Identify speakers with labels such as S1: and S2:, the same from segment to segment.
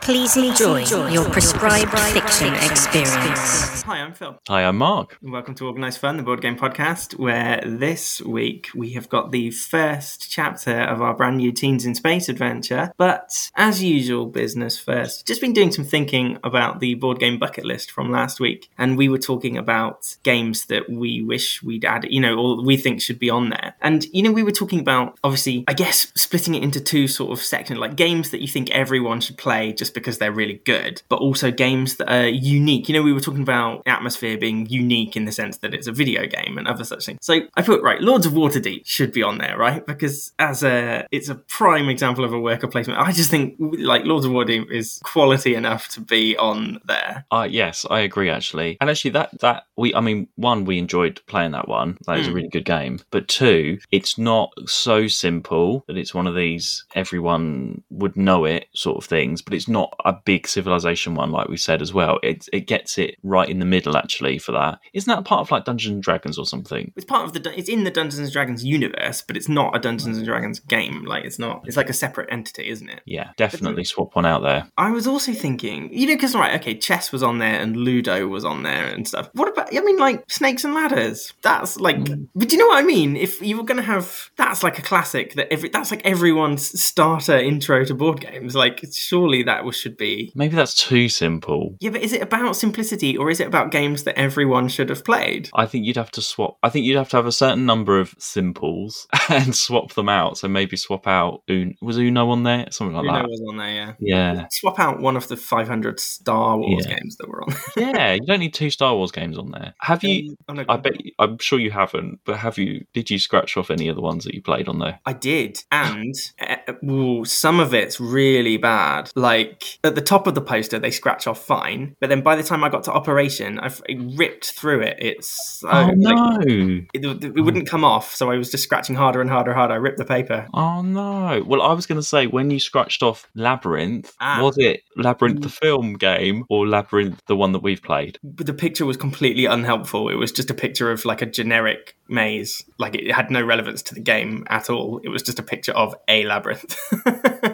S1: Please enjoy your prescribed fiction experience.
S2: Hi, I'm Phil.
S3: Hi, I'm Mark.
S2: and Welcome to Organised Fun, the board game podcast, where this week we have got the first chapter of our brand new Teens in Space adventure. But as usual, business first. Just been doing some thinking about the board game bucket list from last week, and we were talking about games that we wish we'd add, you know, or we think should be on there. And, you know, we were talking about, obviously, I guess, splitting it into two sort of sections, like games that you think everyone should play just because they're really good, but also games that are unique. You know, we were talking about atmosphere being unique in the sense that it's a video game and other such things. So I thought, right, Lords of Waterdeep should be on there, right? Because as a, it's a prime example of a worker placement. I just think like Lords of Waterdeep is quality enough to be on there.
S3: Uh, yes, I agree actually. And actually that that we I mean, one, we enjoyed playing that one. That was a really good game. But two, it's not so simple that it's one of these everyone would know it sort of things, but it's not a big civilization one like we said as well. It it gets it right in the middle actually for that. Isn't that part of like Dungeons and Dragons or something?
S2: It's part of the, Dun- it's in the Dungeons and Dragons universe, but it's not a Dungeons and Dragons game. Like it's not, it's like a separate entity, isn't it?
S3: Yeah, definitely swap one out there.
S2: I was also thinking, you know, because right, okay, chess was on there and Ludo was on there and stuff. What about? I mean, like snakes and ladders. That's like,
S3: Hmm.
S2: but do you know what I mean? If you were going to have, that's like a classic. That every that's like everyone's starter intro to board games. Like, surely that was, should be.
S3: Maybe that's too simple.
S2: Yeah, but is it about simplicity or is it about games that everyone should have played?
S3: I think you'd have to swap. I think you'd have to have a certain number of simples and swap them out. So maybe swap out. Un- was Uno on there? Something like
S2: Ludo
S3: that.
S2: was on there, yeah.
S3: Yeah,
S2: Swap out one of the 500 Star Wars
S3: Yeah.
S2: games that were on.
S3: yeah. You don't need two Star Wars games on there. Have you?
S2: on a-
S3: I bet. I'm sure you haven't. But have you? Did you scratch off any of the ones that you played on there?
S2: I did, and uh, ooh, some of it's really bad. Like at the top of the poster, they scratch off fine, but then by the time I got to operation, I've it ripped through it. It's so,
S3: oh no!
S2: like, it, it wouldn't come off, so I was just scratching harder and harder, and harder. I ripped the paper.
S3: Oh no! Well, I was going to say when you scratched off Labyrinth,
S2: Ah.
S3: was it Labyrinth the film game or Labyrinth the one that we've played?
S2: But the picture was completely unhelpful. It was just a picture of like a generic maze. Like it had no relevance to the game at all. It was just a picture of a labyrinth.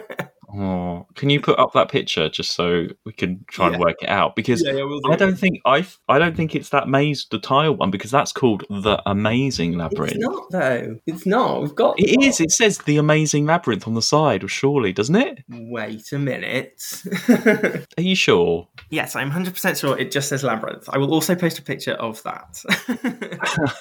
S3: Oh, can you put up that picture just so we can try and
S2: Yeah.
S3: work it out? Because
S2: Yeah, yeah, we'll do
S3: I
S2: it.
S3: don't think I I don't think it's that maze the tile one because that's called the Amazing Labyrinth.
S2: it's not though. It's not. We've got
S3: It is. It says the Amazing Labyrinth on the side, surely, doesn't it?
S2: Wait a minute.
S3: Are you sure?
S2: Yes, I'm 100% sure it just says Labyrinth. I will also post a picture of that.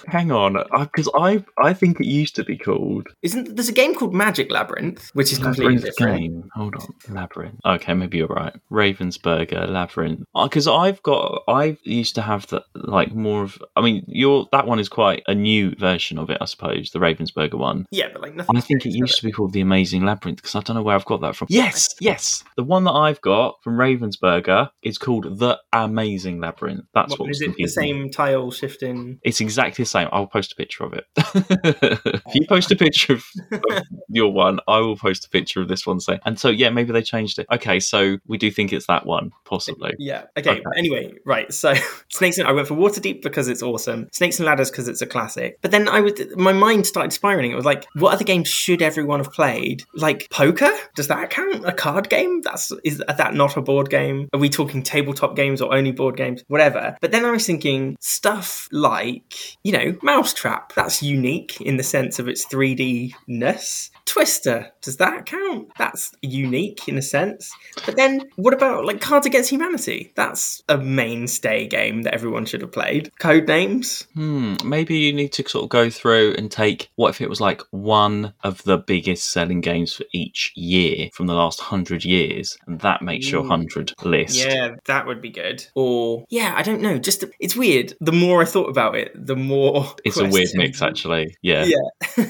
S3: Hang on, because I I think it used to be called
S2: Isn't there's a game called Magic Labyrinth, which is completely
S3: Labyrinth
S2: different.
S3: Game. Hold on, Labyrinth. Okay, maybe you're right. Ravensburger Labyrinth. Because I've got, I used to have the like more of. I mean, your that one is quite a new version of it, I suppose. The Ravensburger one.
S2: Yeah, but like nothing.
S3: I think it
S2: serious,
S3: used
S2: does
S3: to be called The Amazing Labyrinth because I don't know where I've got that from. Yes, yes. The one that I've got from Ravensburger is called The Amazing Labyrinth. That's
S2: What,
S3: what
S2: is
S3: was
S2: it the
S3: confusing me.
S2: same tile shifting?
S3: It's exactly the same. I'll post a picture of it. if you post a picture of, of your one, I will post a picture of this one. Say, and so yeah, maybe they changed it. Okay, so we do think it's that one, possibly.
S2: Yeah. Okay.
S3: Okay.
S2: but Anyway, right. So snakes and I went for Waterdeep because it's awesome. Snakes and Ladders because it's a classic. But then I would my mind started spiraling. It was like, what other games should everyone have played? Like poker? Does that count? A card game? That's is that not a board game? Are we talking tabletop games or only board games? Whatever. But then I was thinking stuff like you know Mousetrap. That's unique in the sense of its 3D ness. Twister, does that count? That's unique in a sense. But then what about like Cards Against Humanity? That's a mainstay game that everyone should have played. Code names?
S3: Hmm, maybe you need to sort of go through and take what if it was like one of the biggest selling games for each year from the last hundred years, and that makes your hundred list.
S2: Yeah, that would be good. Or yeah, I don't know. Just it's weird. The more I thought about it, the more
S3: It's a weird
S2: questions-
S3: mix, actually. Yeah.
S2: Yeah.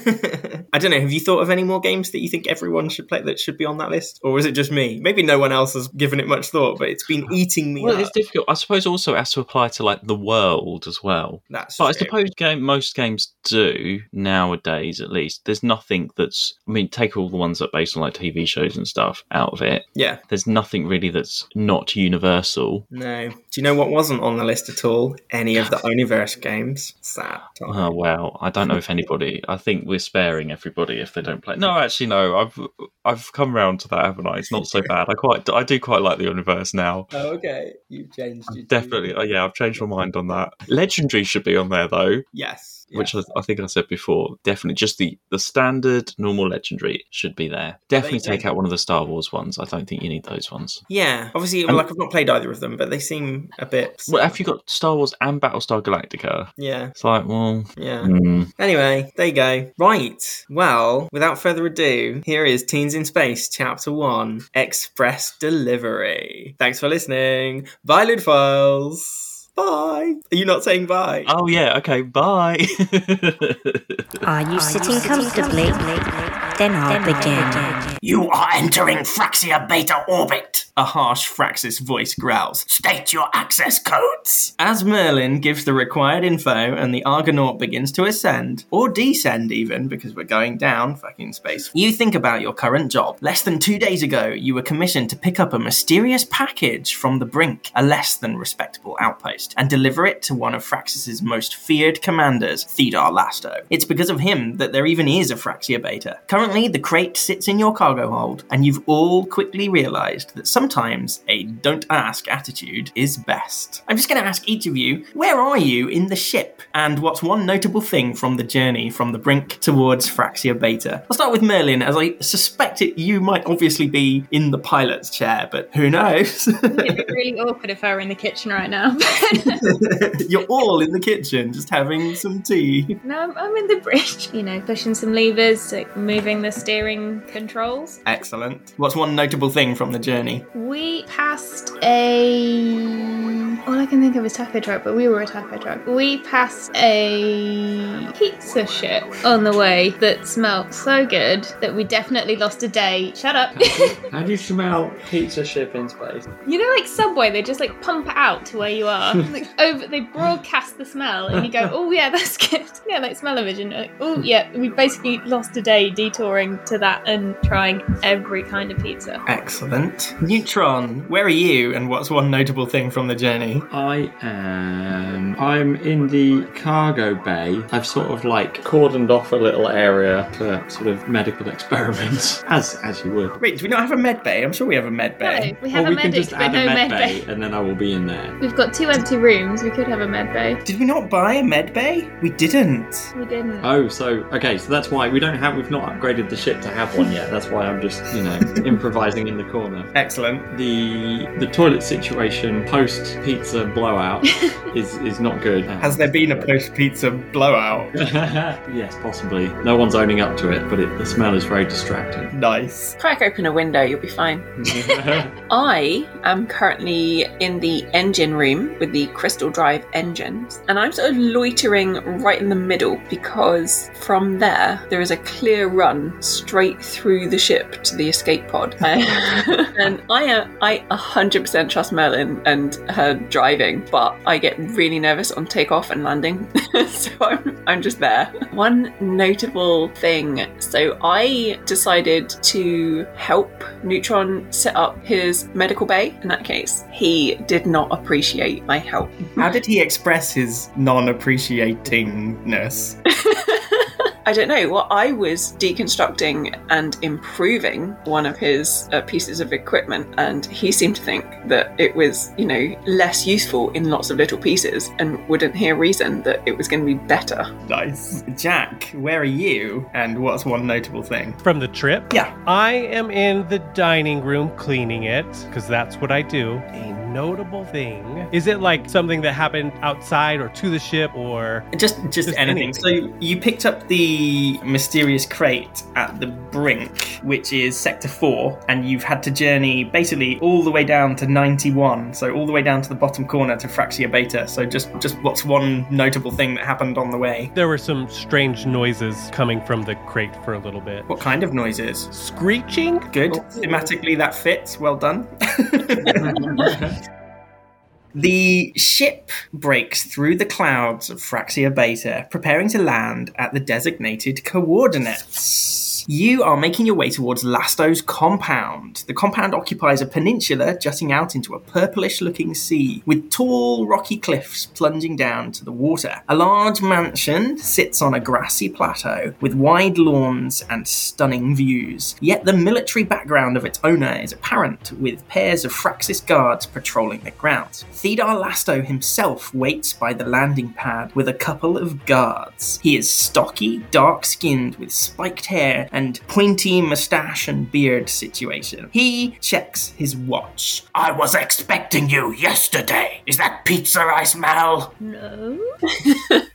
S2: I don't know. Have you thought of any more games that you think everyone should play that should be on that list, or is it just me? Maybe no one else has given it much thought, but it's been eating me
S3: Well,
S2: up.
S3: it's difficult. I suppose also it has to apply to like the world as well.
S2: That's
S3: But I
S2: true.
S3: suppose game most games do nowadays, at least. There's nothing that's. I mean, take all the ones that are based on like TV shows and stuff out of it.
S2: yeah.
S3: There's nothing really that's not universal.
S2: No, Do you know what wasn't on the list at all? Any of the Oniverse games. Sad. time.
S3: Oh well, I don't know if anybody. I think we're sparing everybody if they don't play. No, actually, no. I've I've come round to that, haven't I? It's not so bad. I quite I do quite like the universe now.
S2: Oh, okay. You've changed. your
S3: Definitely, oh, yeah. I've changed my mind on that. Legendary should be on there though,
S2: Yes.
S3: which
S2: yeah.
S3: I, I think I said before. Definitely, just the the standard normal legendary should be there. Definitely
S2: Amazing.
S3: take out one of the Star Wars ones. I don't think you need those ones.
S2: Yeah. Obviously,
S3: And-
S2: like I've not played either of them, but they seem a bit.
S3: Well, have you got Star Wars and Battlestar Galactica?
S2: Yeah.
S3: It's like, well,
S2: Yeah.
S3: hmm.
S2: Anyway, there you go. Right. Well, without further ado, here is Teens in Space, Chapter 1 Express Delivery. Thanks for listening. Bye, Lude Files. Bye. Are you not saying bye?
S3: oh yeah, okay, bye.
S1: Are you sitting comfortably? Then I'll begin.
S4: You are entering Fraxia Beta orbit.
S2: A harsh Fraxis voice growls.
S4: State your access codes.
S2: As Merlin gives the required info and the Argonaut begins to ascend, or descend even, because we're going down fucking space, you think about your current job. Less than two days ago, you were commissioned to pick up a mysterious package from the Brink, a less than respectable outpost, and deliver it to one of Fraxis's most feared commanders, Thedar Lasto. It's because of him that there even is a Fraxia Beta. Currently, the crate sits in your cargo hold, and you've all quickly realized that sometimes a don't ask attitude is best. I'm just going to ask each of you, where are you in the ship? And what's one notable thing from the journey from the brink towards Fraxia Beta? I'll start with Merlin, as I suspect it, you might obviously be in the pilot's chair, but who knows?
S5: It'd be really awkward if I were in the kitchen right now.
S2: You're all in the kitchen just having some tea.
S5: no, I'm- I'm in the bridge. You know, pushing some levers, like moving the steering controls.
S2: Excellent. What's one notable thing from the journey?
S5: We passed a. All I can think of is taco truck, but we were a taco truck. We passed a pizza ship on the way that smelt so good that we definitely lost a day. Shut up.
S6: How do you smell pizza ship in space?
S5: you know, like Subway, they just like pump it out to where you are. like over, they broadcast the smell, and you go, "Oh yeah, that's good." Yeah, like smell-o-vision. Like, oh yeah, we basically lost a day detouring to that and trying every kind of pizza.
S2: Excellent. Neutron, where are you and what's one notable thing from the journey?
S6: I am. Um, I'm in the cargo bay. I've sort of like cordoned off a little area for sort of medical experiments, as as you would.
S2: Wait, do we not have a med bay? I'm sure we have a med bay.
S5: No, we have
S6: or
S5: a
S6: we can
S5: medic,
S6: just
S5: but
S6: add
S5: no
S6: a
S5: med
S6: med
S5: bay.
S6: bay, and then I will be in there.
S5: We've got two empty rooms. We could have a med bay.
S2: Did we not buy a med bay? We didn't.
S5: We didn't.
S6: Oh, so okay, so that's why we don't have. We've not upgraded the ship to have one yet. That's why I'm just you know improvising in the corner.
S2: Excellent.
S6: The the toilet situation post pizza blowout is is not good.
S2: Has there been a post pizza blowout?
S6: yes, possibly. No one's owning up to it, but it, the smell is very distracting.
S2: Nice.
S7: Crack open a window, you'll be fine. I am currently in the engine room with the crystal drive engines, and I'm sort of loitering right in the middle because from there there is a clear run straight through the ship to the escape pod. and I am I 100% trust Merlin and her driving, but I get really nervous on takeoff and landing, so I'm I'm just there. One notable thing. So I decided to help Neutron set up his medical bay. In that case, he did not appreciate my help.
S2: How did he express his non appreciatingness?
S7: I don't know. Well, I was deconstructing and improving one of his uh, pieces of equipment, and he seemed to think that it was, you know, less useful in lots of little pieces and wouldn't hear reason that it was going to be better.
S2: Nice. Jack, where are you and what's one notable thing?
S8: From the trip?
S2: Yeah.
S8: I am in the dining room cleaning it because that's what I do. A notable thing. Is it like something that happened outside or to the ship or.
S2: Just, just,
S8: Just
S2: anything.
S8: anything.
S2: So you picked up the mysterious crate at the brink, which is sector four, and you've had to journey basically all the way down to ninety-one. So all the way down to the bottom corner to Fraxia Beta. So just, just what's one notable thing that happened on the way?
S8: There were some strange noises coming from the crate for a little bit.
S2: What kind of noises?
S8: Screeching?
S2: Good. Thematically, that fits. Well done. The ship breaks through the clouds of Fraxia Beta, preparing to land at the designated coordinates. Yes, you are making your way towards Lasto's compound. The compound occupies a peninsula jutting out into a purplish looking sea, with tall rocky cliffs plunging down to the water. A large mansion sits on a grassy plateau with wide lawns and stunning views. Yet the military background of its owner is apparent, with pairs of Fraxis guards patrolling the grounds. Thedar Lasto himself waits by the landing pad with a couple of guards. He is stocky, dark skinned, with spiked hair and pointy moustache and beard situation. He checks his watch.
S4: I was expecting you yesterday. Is that pizza I smell?
S5: No.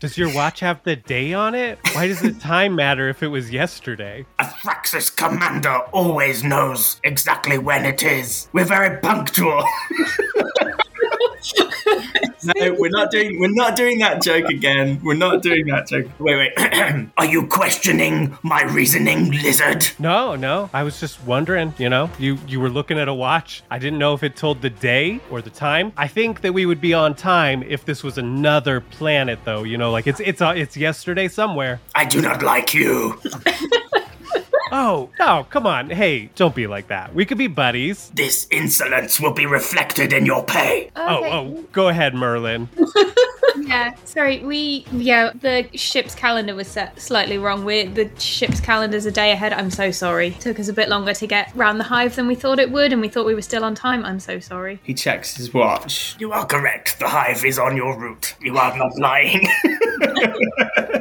S8: Does your watch have the day on it? Why does the time matter if it was yesterday?
S4: A Thraxis commander always knows exactly when it is. We're very punctual.
S2: No, we're not doing we're not doing that joke again. We're not doing that joke. Wait, wait.
S4: Are you questioning my reasoning, lizard?
S8: No, no. I was just wondering, you know, you you were looking at a watch. I didn't know if it told the day or the time. I think that we would be on time if this was another planet though, you know, like it's it's uh, it's yesterday somewhere.
S4: I do not like you.
S8: Oh, no, come on. Hey, don't be like that. We could be buddies.
S4: This insolence will be reflected in your pay.
S8: Oh, oh, go ahead, Merlin.
S5: Yeah, sorry. We yeah, the ship's calendar was set slightly wrong. We're the ship's calendar's a day ahead. I'm so sorry. Took us a bit longer to get round the hive than we thought it would, and we thought we were still on time. I'm so sorry.
S2: He checks his watch.
S4: You are correct. The hive is on your route. You are not lying.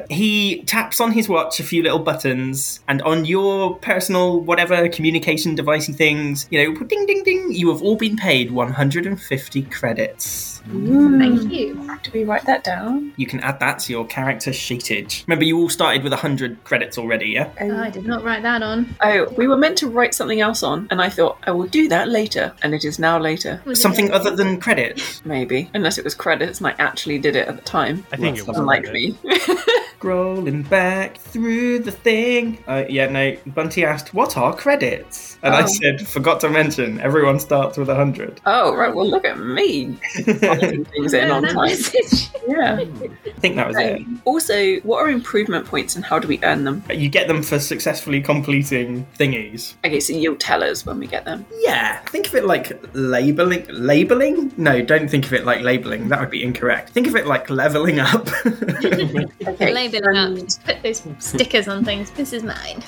S2: He taps on his watch a few little buttons, and on your personal whatever communication devicey things, you know, ding ding ding, you have all been paid 150 credits.
S5: Thank you.
S7: Do we write that down?
S2: You can add that to your character sheetage. Remember, you all started with 100 credits already, yeah?
S5: Oh, I did not write that on.
S7: Oh, we were meant to write something else on, and I thought I will do that later, and it is now later.
S5: Was it
S2: Something
S5: a-
S2: other than credits.
S7: Maybe, unless it was credits, and I actually did it at the time.
S8: I think it was
S7: Unlike
S8: Merlin.
S7: me.
S2: Scrolling back through the thing. Uh, yeah, no. Bunty asked, "What are credits?" And I
S7: Oh.
S2: said, "Forgot to mention. Everyone starts with 100.
S7: oh, right. Well, look at me.
S2: I
S7: Putting things in
S5: Oh,
S7: on
S5: that
S7: time.
S5: message.
S7: Yeah.
S2: think that was it.
S7: Also, what are improvement points, and how do we earn them?
S2: You get them for successfully completing thingies.
S7: Okay, so you'll tell us when we get them.
S2: Yeah, think of it like labeling. Labeling? No, don't think of it like labeling. That would be incorrect. Think of it like leveling up.
S7: Okay.
S5: Labeling up. Just put those stickers on things. This is mine.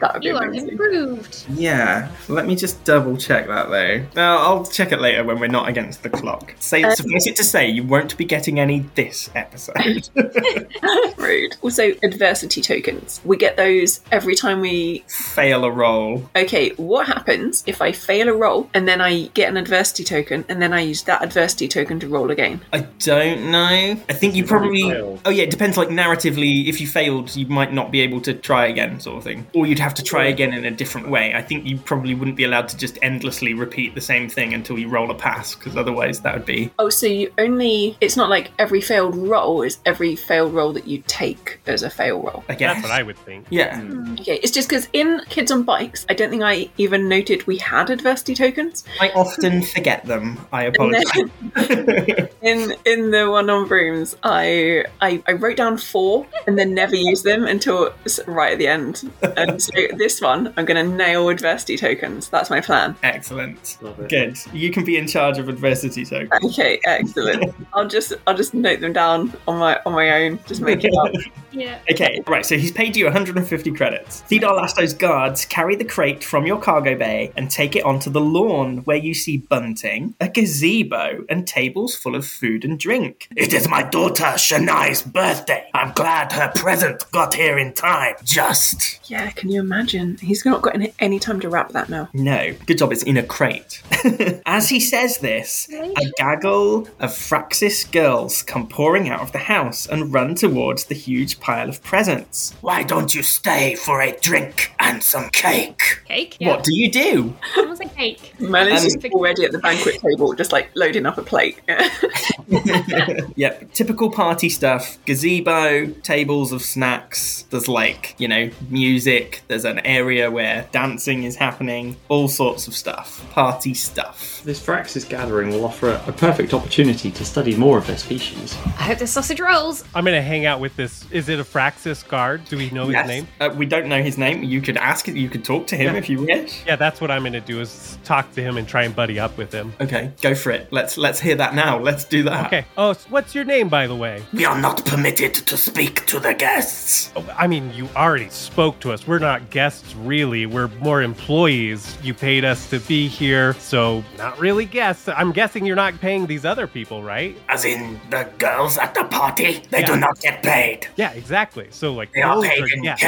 S7: That would be
S5: You are
S7: amazing.
S5: improved.
S2: yeah, let me just double check that though. No, I'll check it later when we're not against the clock. Say,
S7: Um,
S2: suffice it to say, you won't be getting any this episode.
S7: Rude. Also, adversity tokens. We get those every time we.
S2: Fail a roll.
S7: Okay, what happens if I fail a roll and then I get an adversity token and then I use that adversity token to roll again?
S2: I don't know. I think you probably.
S6: failed.
S2: Oh yeah, it depends. Like narratively, if you failed, you might not be able to try again, sort of thing. Or you'd have to try again in a different way. I think you probably wouldn't be allowed to just endlessly repeat the same thing until you roll a pass, because otherwise that would be.
S7: Oh, so you only. It's not like every failed roll is every failed roll that you take as a fail roll.
S2: I guess.
S8: That's what I would think.
S2: Yeah.
S7: Okay, it's just because in Kids on Bikes, I don't think I even noted we had adversity tokens.
S2: I often forget them. I apologize.
S7: In in the one on brooms, I, I I wrote down four and then never used them until s- right at the end. And so this one, I'm going to nail adversity tokens. That's my plan.
S2: Excellent.
S6: Love it.
S2: Good. You can be in charge of adversity, so.
S7: Okay, excellent. I'll just I'll just note them down on my on my own. Just make it up.
S5: Yeah.
S2: Okay, right, so he's paid you 150 credits. Theodore Lasto's guards carry the crate from your cargo bay and take it onto the lawn where you see bunting, a gazebo, and tables full of food and drink.
S4: It is my daughter Shania's birthday. I'm glad her present got here in time. Just.
S7: Yeah, can you imagine? He's not got any, any time to wrap that now.
S2: No, good job, it's in a crate. As he says this, a gaggle of Fraxis girls come pouring out of the house and run towards the huge pile of presents.
S4: Why don't you stay for a drink and some cake?
S5: Cake. Yeah.
S2: What do you do?
S5: It was a cake.
S7: Merlin's
S2: Um,
S7: just already at the banquet table, just like loading up a plate.
S2: Yep, typical party stuff gazebo, tables of snacks. There's like, you know, music. There's an area where dancing is happening. All sorts of stuff. Party stuff.
S6: This Phyrexis gathering will offer a, a perfect opportunity to study more of their species.
S9: I hope this sausage rolls.
S8: I'm gonna hang out with this. Is it a Fraxis guard? Do we know
S2: Yes.
S8: his name?
S2: Uh, we don't know his name. You could ask it. You could talk to him if you wish.
S8: Yeah, that's what I'm gonna do is talk to him and try and buddy up with him.
S2: Okay, go for it. Let's let's hear that now. Let's do that.
S8: Okay. Oh, s- what's your name, by the way?
S4: We are not permitted to speak to the guests.
S8: Oh, I mean, you already spoke to us. We're not guests, really. We're more employees. You paid us to be here, so not really guests. I'm guessing you're not paying these other people, right?
S4: As in, the girls at the party, they do
S8: Yeah.
S4: not get paid.
S8: Yeah, exactly. So like,
S4: They are
S8: those
S4: paid
S8: are
S4: in
S8: guests.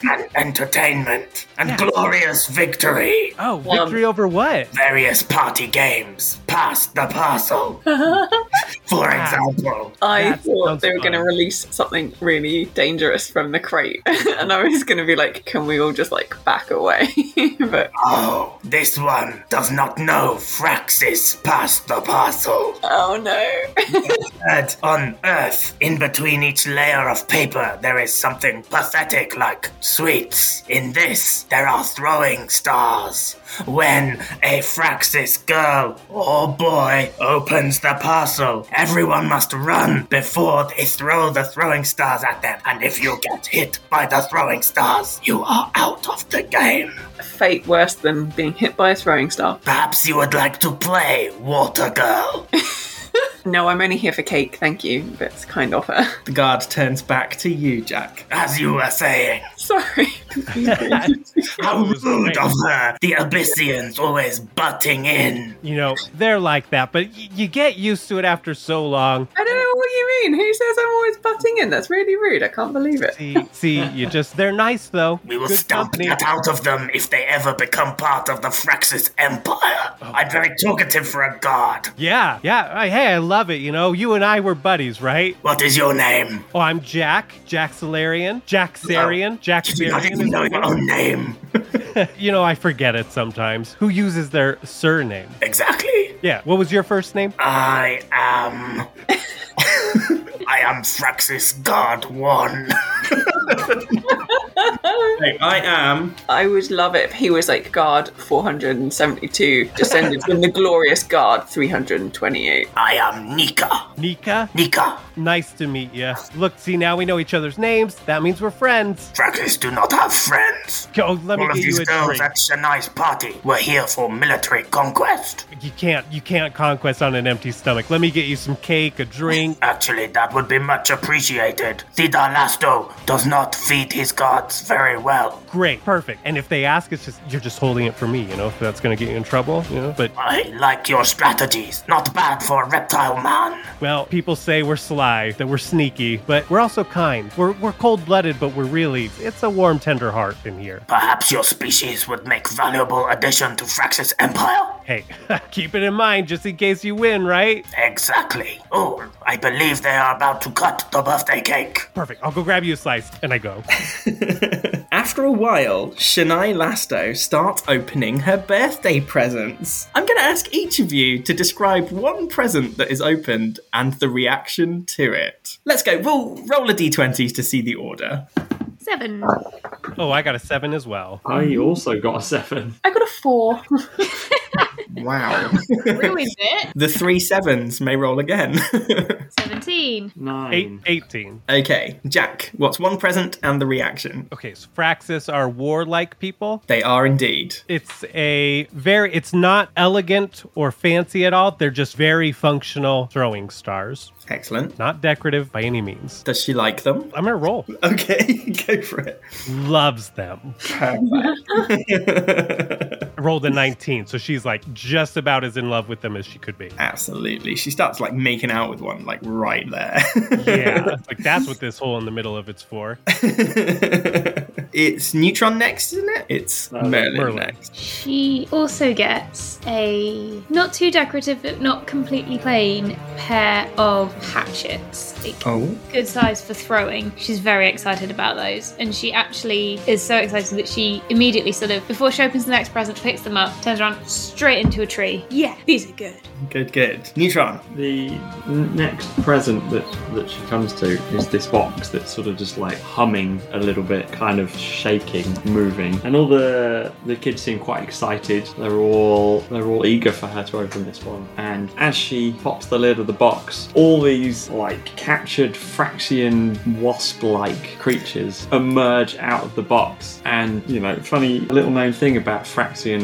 S4: cake and entertainment and
S8: Yeah.
S4: glorious victory.
S8: Oh, victory over what?
S4: Various party games. Pass the parcel. For
S8: Ah.
S4: example,
S7: I
S8: That
S7: thought
S8: sounds
S7: they were going to
S8: fun.
S7: release something really dangerous from the crate, and I was going to be like, "Can we all just like back away?" but
S4: oh, this one does not know Fraxis. Pass the parcel.
S7: oh no!
S4: Third on Earth, in between each layer of paper, there is something pathetic like sweets. In this, there are throwing stars. When a Fraxis girl or boy opens the parcel, everyone must run before they throw the throwing stars at them. And if you get hit by the throwing stars, you are out of the game.
S7: Fate worse than being hit by a throwing star.
S4: Perhaps you would like to play Water Girl.
S7: No, I'm only here for cake. Thank you. That's a kind offer.
S2: The guard turns back to you, Jack.
S4: As you were saying,
S7: Sorry.
S4: How
S8: That was
S4: rude
S8: great.
S4: of her! The Abyssians always butting in.
S8: You know, they're like that, but y- you get used to it after so long.
S7: I don't know what you mean. Who says I'm always butting in? That's really rude. I can't believe it.
S8: See, see, you just, they're nice though.
S4: We will
S8: Good
S4: stamp
S8: company.
S4: that out of them if they ever become part of the Fraxis Empire.
S8: Oh.
S4: I'm very talkative for a god.
S8: Yeah, yeah. I- Hey, I love it. You know, you and I were buddies, right?
S4: What is your name?
S8: Oh, I'm Jack, Jack Salarian, Jack
S4: Oh.
S8: Sarian, Jack
S4: You do not even know your
S8: Sarian.
S4: own name.
S8: You know, I forget it sometimes. Who uses their surname?
S4: Exactly.
S8: Yeah. What was your first name?
S4: I am. I am Fraxis God One.
S2: Hey, I am.
S7: I would love it if he was like guard 472, descended from the glorious guard 328.
S4: I am Nika.
S8: Nika.
S4: Nika.
S8: Nice to meet you. Look, see, now we know each other's names. That means we're friends.
S4: Fraxis do not have friends.
S8: Go, let me
S4: All of
S8: get you
S4: these
S8: a
S4: girls
S8: drink.
S4: at Shani's party were here for military conquest.
S8: You can't, you can't conquest on an empty stomach. Let me get you some cake, a drink.
S4: Actually, that would be much appreciated. Theda Lasto does not feed his gods very well.
S8: Great, perfect. And if they ask, it's just you're just holding it for me. You know, if that's gonna get you in trouble. You know, but
S4: I like your strategies. Not bad for a reptile man.
S8: Well, people say we're sly, that we're sneaky, but we're also kind. We're, we're cold blooded, but we're really, it's a warm, tender heart in here.
S4: Perhaps your species would make valuable addition to Fraxis Empire?
S8: Hey, keep it in mind just in case you win, right?
S4: Exactly. Oh, I believe they are about to cut the birthday cake.
S8: Perfect. I'll go grab you a slice. And I go.
S2: After a while, Shania Lasto starts opening her birthday presents. I'm going to ask each of you to describe one present that is opened and the reaction to it. Let's go. We'll roll a d20 to see the order.
S9: Seven.
S8: Oh, I got a seven as well.
S6: I also got a seven.
S7: I got a four.
S2: Wow.
S5: Ruined it.
S2: the three sevens may roll again.
S9: Seventeen.
S6: Nine.
S8: Eight, 18.
S2: okay, Jack, what's one present and the reaction?
S8: Okay, so Fraxis are warlike people.
S2: They are indeed.
S8: It's a very, it's not elegant or fancy at all. They're just very functional throwing stars.
S2: Excellent.
S8: Not decorative by any means.
S2: Does she like them?
S8: I'm going to roll.
S2: Okay, go for it.
S8: Loves them. rolled a 19 so she's like just about as in love with them as she could be
S2: Absolutely. She starts like making out with one, like right there.
S8: yeah like that's what this hole in the middle of it's for
S2: it's Neutron next, isn't it? It's
S6: No,
S2: Uh, Merlin,
S8: Merlin.
S2: next.
S5: She also gets a not too decorative but not completely plain pair of hatchets. Like,
S2: Oh,
S5: Good size for throwing. She's very excited about those. And she actually is so excited that she immediately sort of, before she opens the next present, picks them up, turns around straight into a tree. Yeah, these are good.
S2: good, good. Neutron.
S6: The n- next present that that she comes to is this box that's sort of just like humming a little bit, kind of shaking, moving. And all the the kids seem quite excited. They're all they're all eager for her to open this one. And as she pops the lid of the box, all these like captured Fraxian wasp-like creatures emerge out of the box. And you know, funny little known thing about Fraxian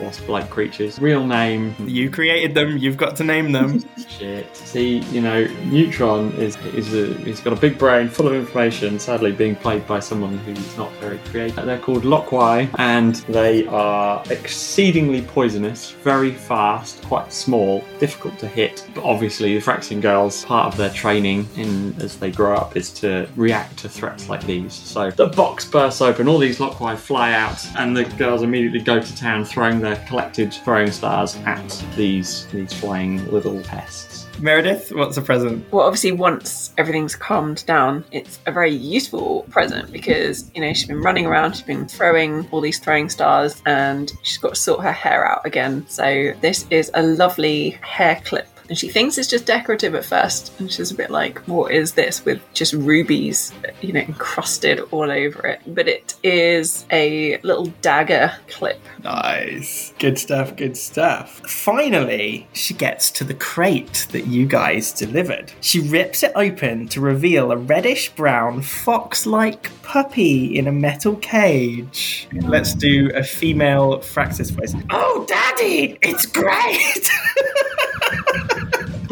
S6: wasp-like creatures. Real name
S2: You created them. You've got to name them.
S6: Shit. See, you know, Neutron is is a, he's got a big brain full of information. Sadly, being played by someone who's not very creative. They're called Lockwai, and they are exceedingly poisonous, very fast, quite small, difficult to hit. But obviously, the Fraxian girls, part of their training in as they grow up, is to react to threats like these. So the box bursts open, all these Lockwai fly out, and the girls immediately go to town, throwing their collected throwing stars at these these flying little pests.
S2: Meredith, what's a present?
S7: Well, obviously, once everything's calmed down, it's a very useful present because, you know, she's been running around, she's been throwing all these throwing stars, and she's got to sort her hair out again. So, this is a lovely hair clip. And she thinks it's just decorative at first, and she's a bit like, What is this with just rubies, you know, encrusted all over it? But it is a little dagger clip.
S2: Nice. Good stuff, good stuff. Finally, she gets to the crate that you guys delivered. She rips it open to reveal a reddish brown fox like puppy in a metal cage. Let's do a female Fraxis voice.
S4: Oh, Daddy, it's great!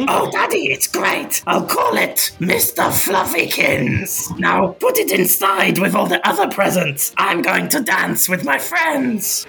S4: oh, Daddy, it's great! I'll call it Mr. Fluffykins! Now put it inside with all the other presents! I'm going to dance with my friends!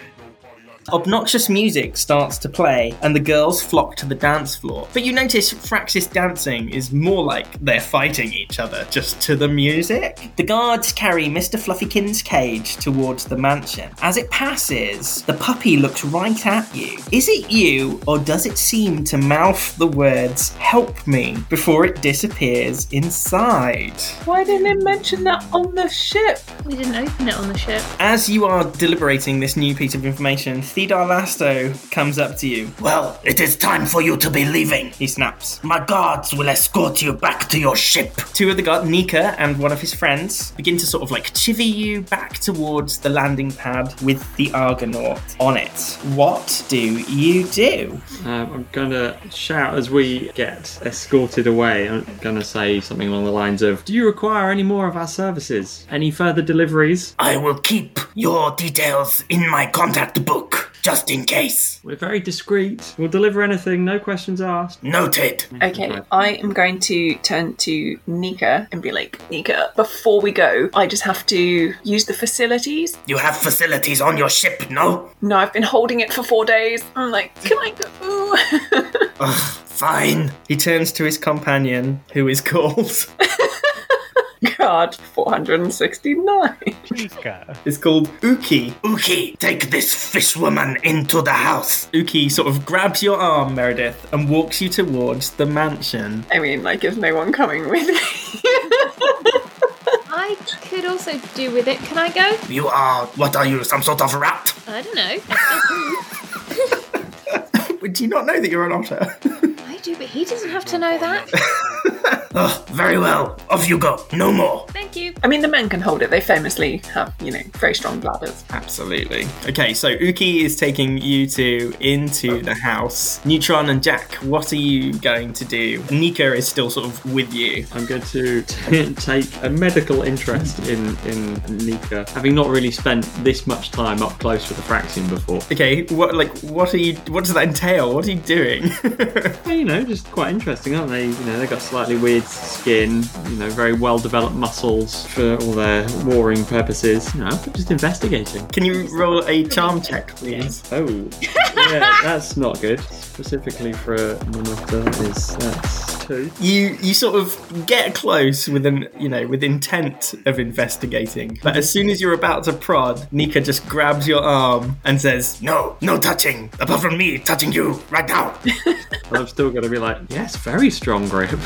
S2: Obnoxious music starts to play, and the girls flock to the dance floor. But you notice Fraxis dancing is more like they're fighting each other, just to the music. The guards carry Mr. Fluffykin's cage towards the mansion. As it passes, the puppy looks right at you. Is it you, or does it seem to mouth the words, Help me, before it disappears inside?
S7: Why didn't they mention that on the ship?
S5: We didn't open it on the ship.
S2: As you are deliberating this new piece of information, Thedar Lasto comes up to you.
S4: Well, it is time for you to be leaving.
S2: He snaps.
S4: My guards will escort you back to your ship.
S2: Two of the guard, Nika and one of his friends, begin to sort of like chivvy you back towards the landing pad with the Argonaut on it. What do you do?
S6: Um, I'm gonna shout as we get escorted away. I'm gonna say something along the lines of, "Do you require any more of our services? Any further deliveries?
S4: I will keep your details in my contact book, just in case.
S6: We're very discreet. We'll deliver anything, no questions asked."
S4: Noted.
S7: Okay, I am going to turn to Nika and be like, Nika, before we go, I just have to use the facilities.
S4: You have facilities on your ship, no?
S7: No, I've been holding it for four days. I'm like, can I go?
S4: Fine.
S2: He turns to his companion, who is called
S7: Card 469.
S8: Chica.
S2: is called Uki.
S4: Uki, take this fish woman into the house.
S2: Uki sort of grabs your arm, Meredith, and walks you towards the mansion.
S7: I mean, like, is no one coming with me?
S5: I could also do with it. Can I go?
S4: You are. What are you, some sort of rat?
S5: I don't know.
S2: Do you not know that you're an otter?
S5: I do, but he doesn't have to know that.
S4: Ugh, very well. Off you go. No more.
S5: Thank you.
S7: I mean, the men can hold it. They famously have, you know, very strong bladders.
S2: Absolutely. Okay, so Uki is taking you two into the house. Neutron and Jack, what are you going to do? Nika is still sort of with you.
S6: I'm going to t- take a medical interest in in Nika, having not really spent this much time up close with the Fraxian before.
S2: Okay, what like what are you? What does that entail? What are you doing?
S6: Well, you know, just quite interesting, aren't they? You know, they got slightly weird skin, you know, very well developed muscles, monsters for all their warring purposes. You know, I'm just investigating.
S2: Can you roll a charm check, please?
S6: Oh, yeah, that's not good. Specifically for a monster, that is that's two.
S2: You you sort of get close with an you know with intent of investigating, but as soon as you're about to prod, Nika just grabs your arm and says,
S4: No, no touching. Apart from me touching you right now.
S6: And I'm still gonna be like, yes, very strong grip.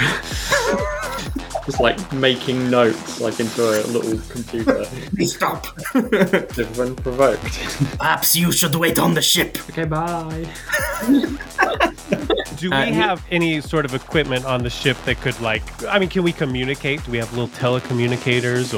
S6: Just like making notes, like into a little computer,
S4: Please stop.
S6: if when provoked.
S4: Perhaps you should wait on the ship.
S6: okay, bye.
S8: Do we
S2: Uh, he-
S8: have any sort of equipment on the ship that could, like, I mean, can we communicate? Do we have little telecommunicators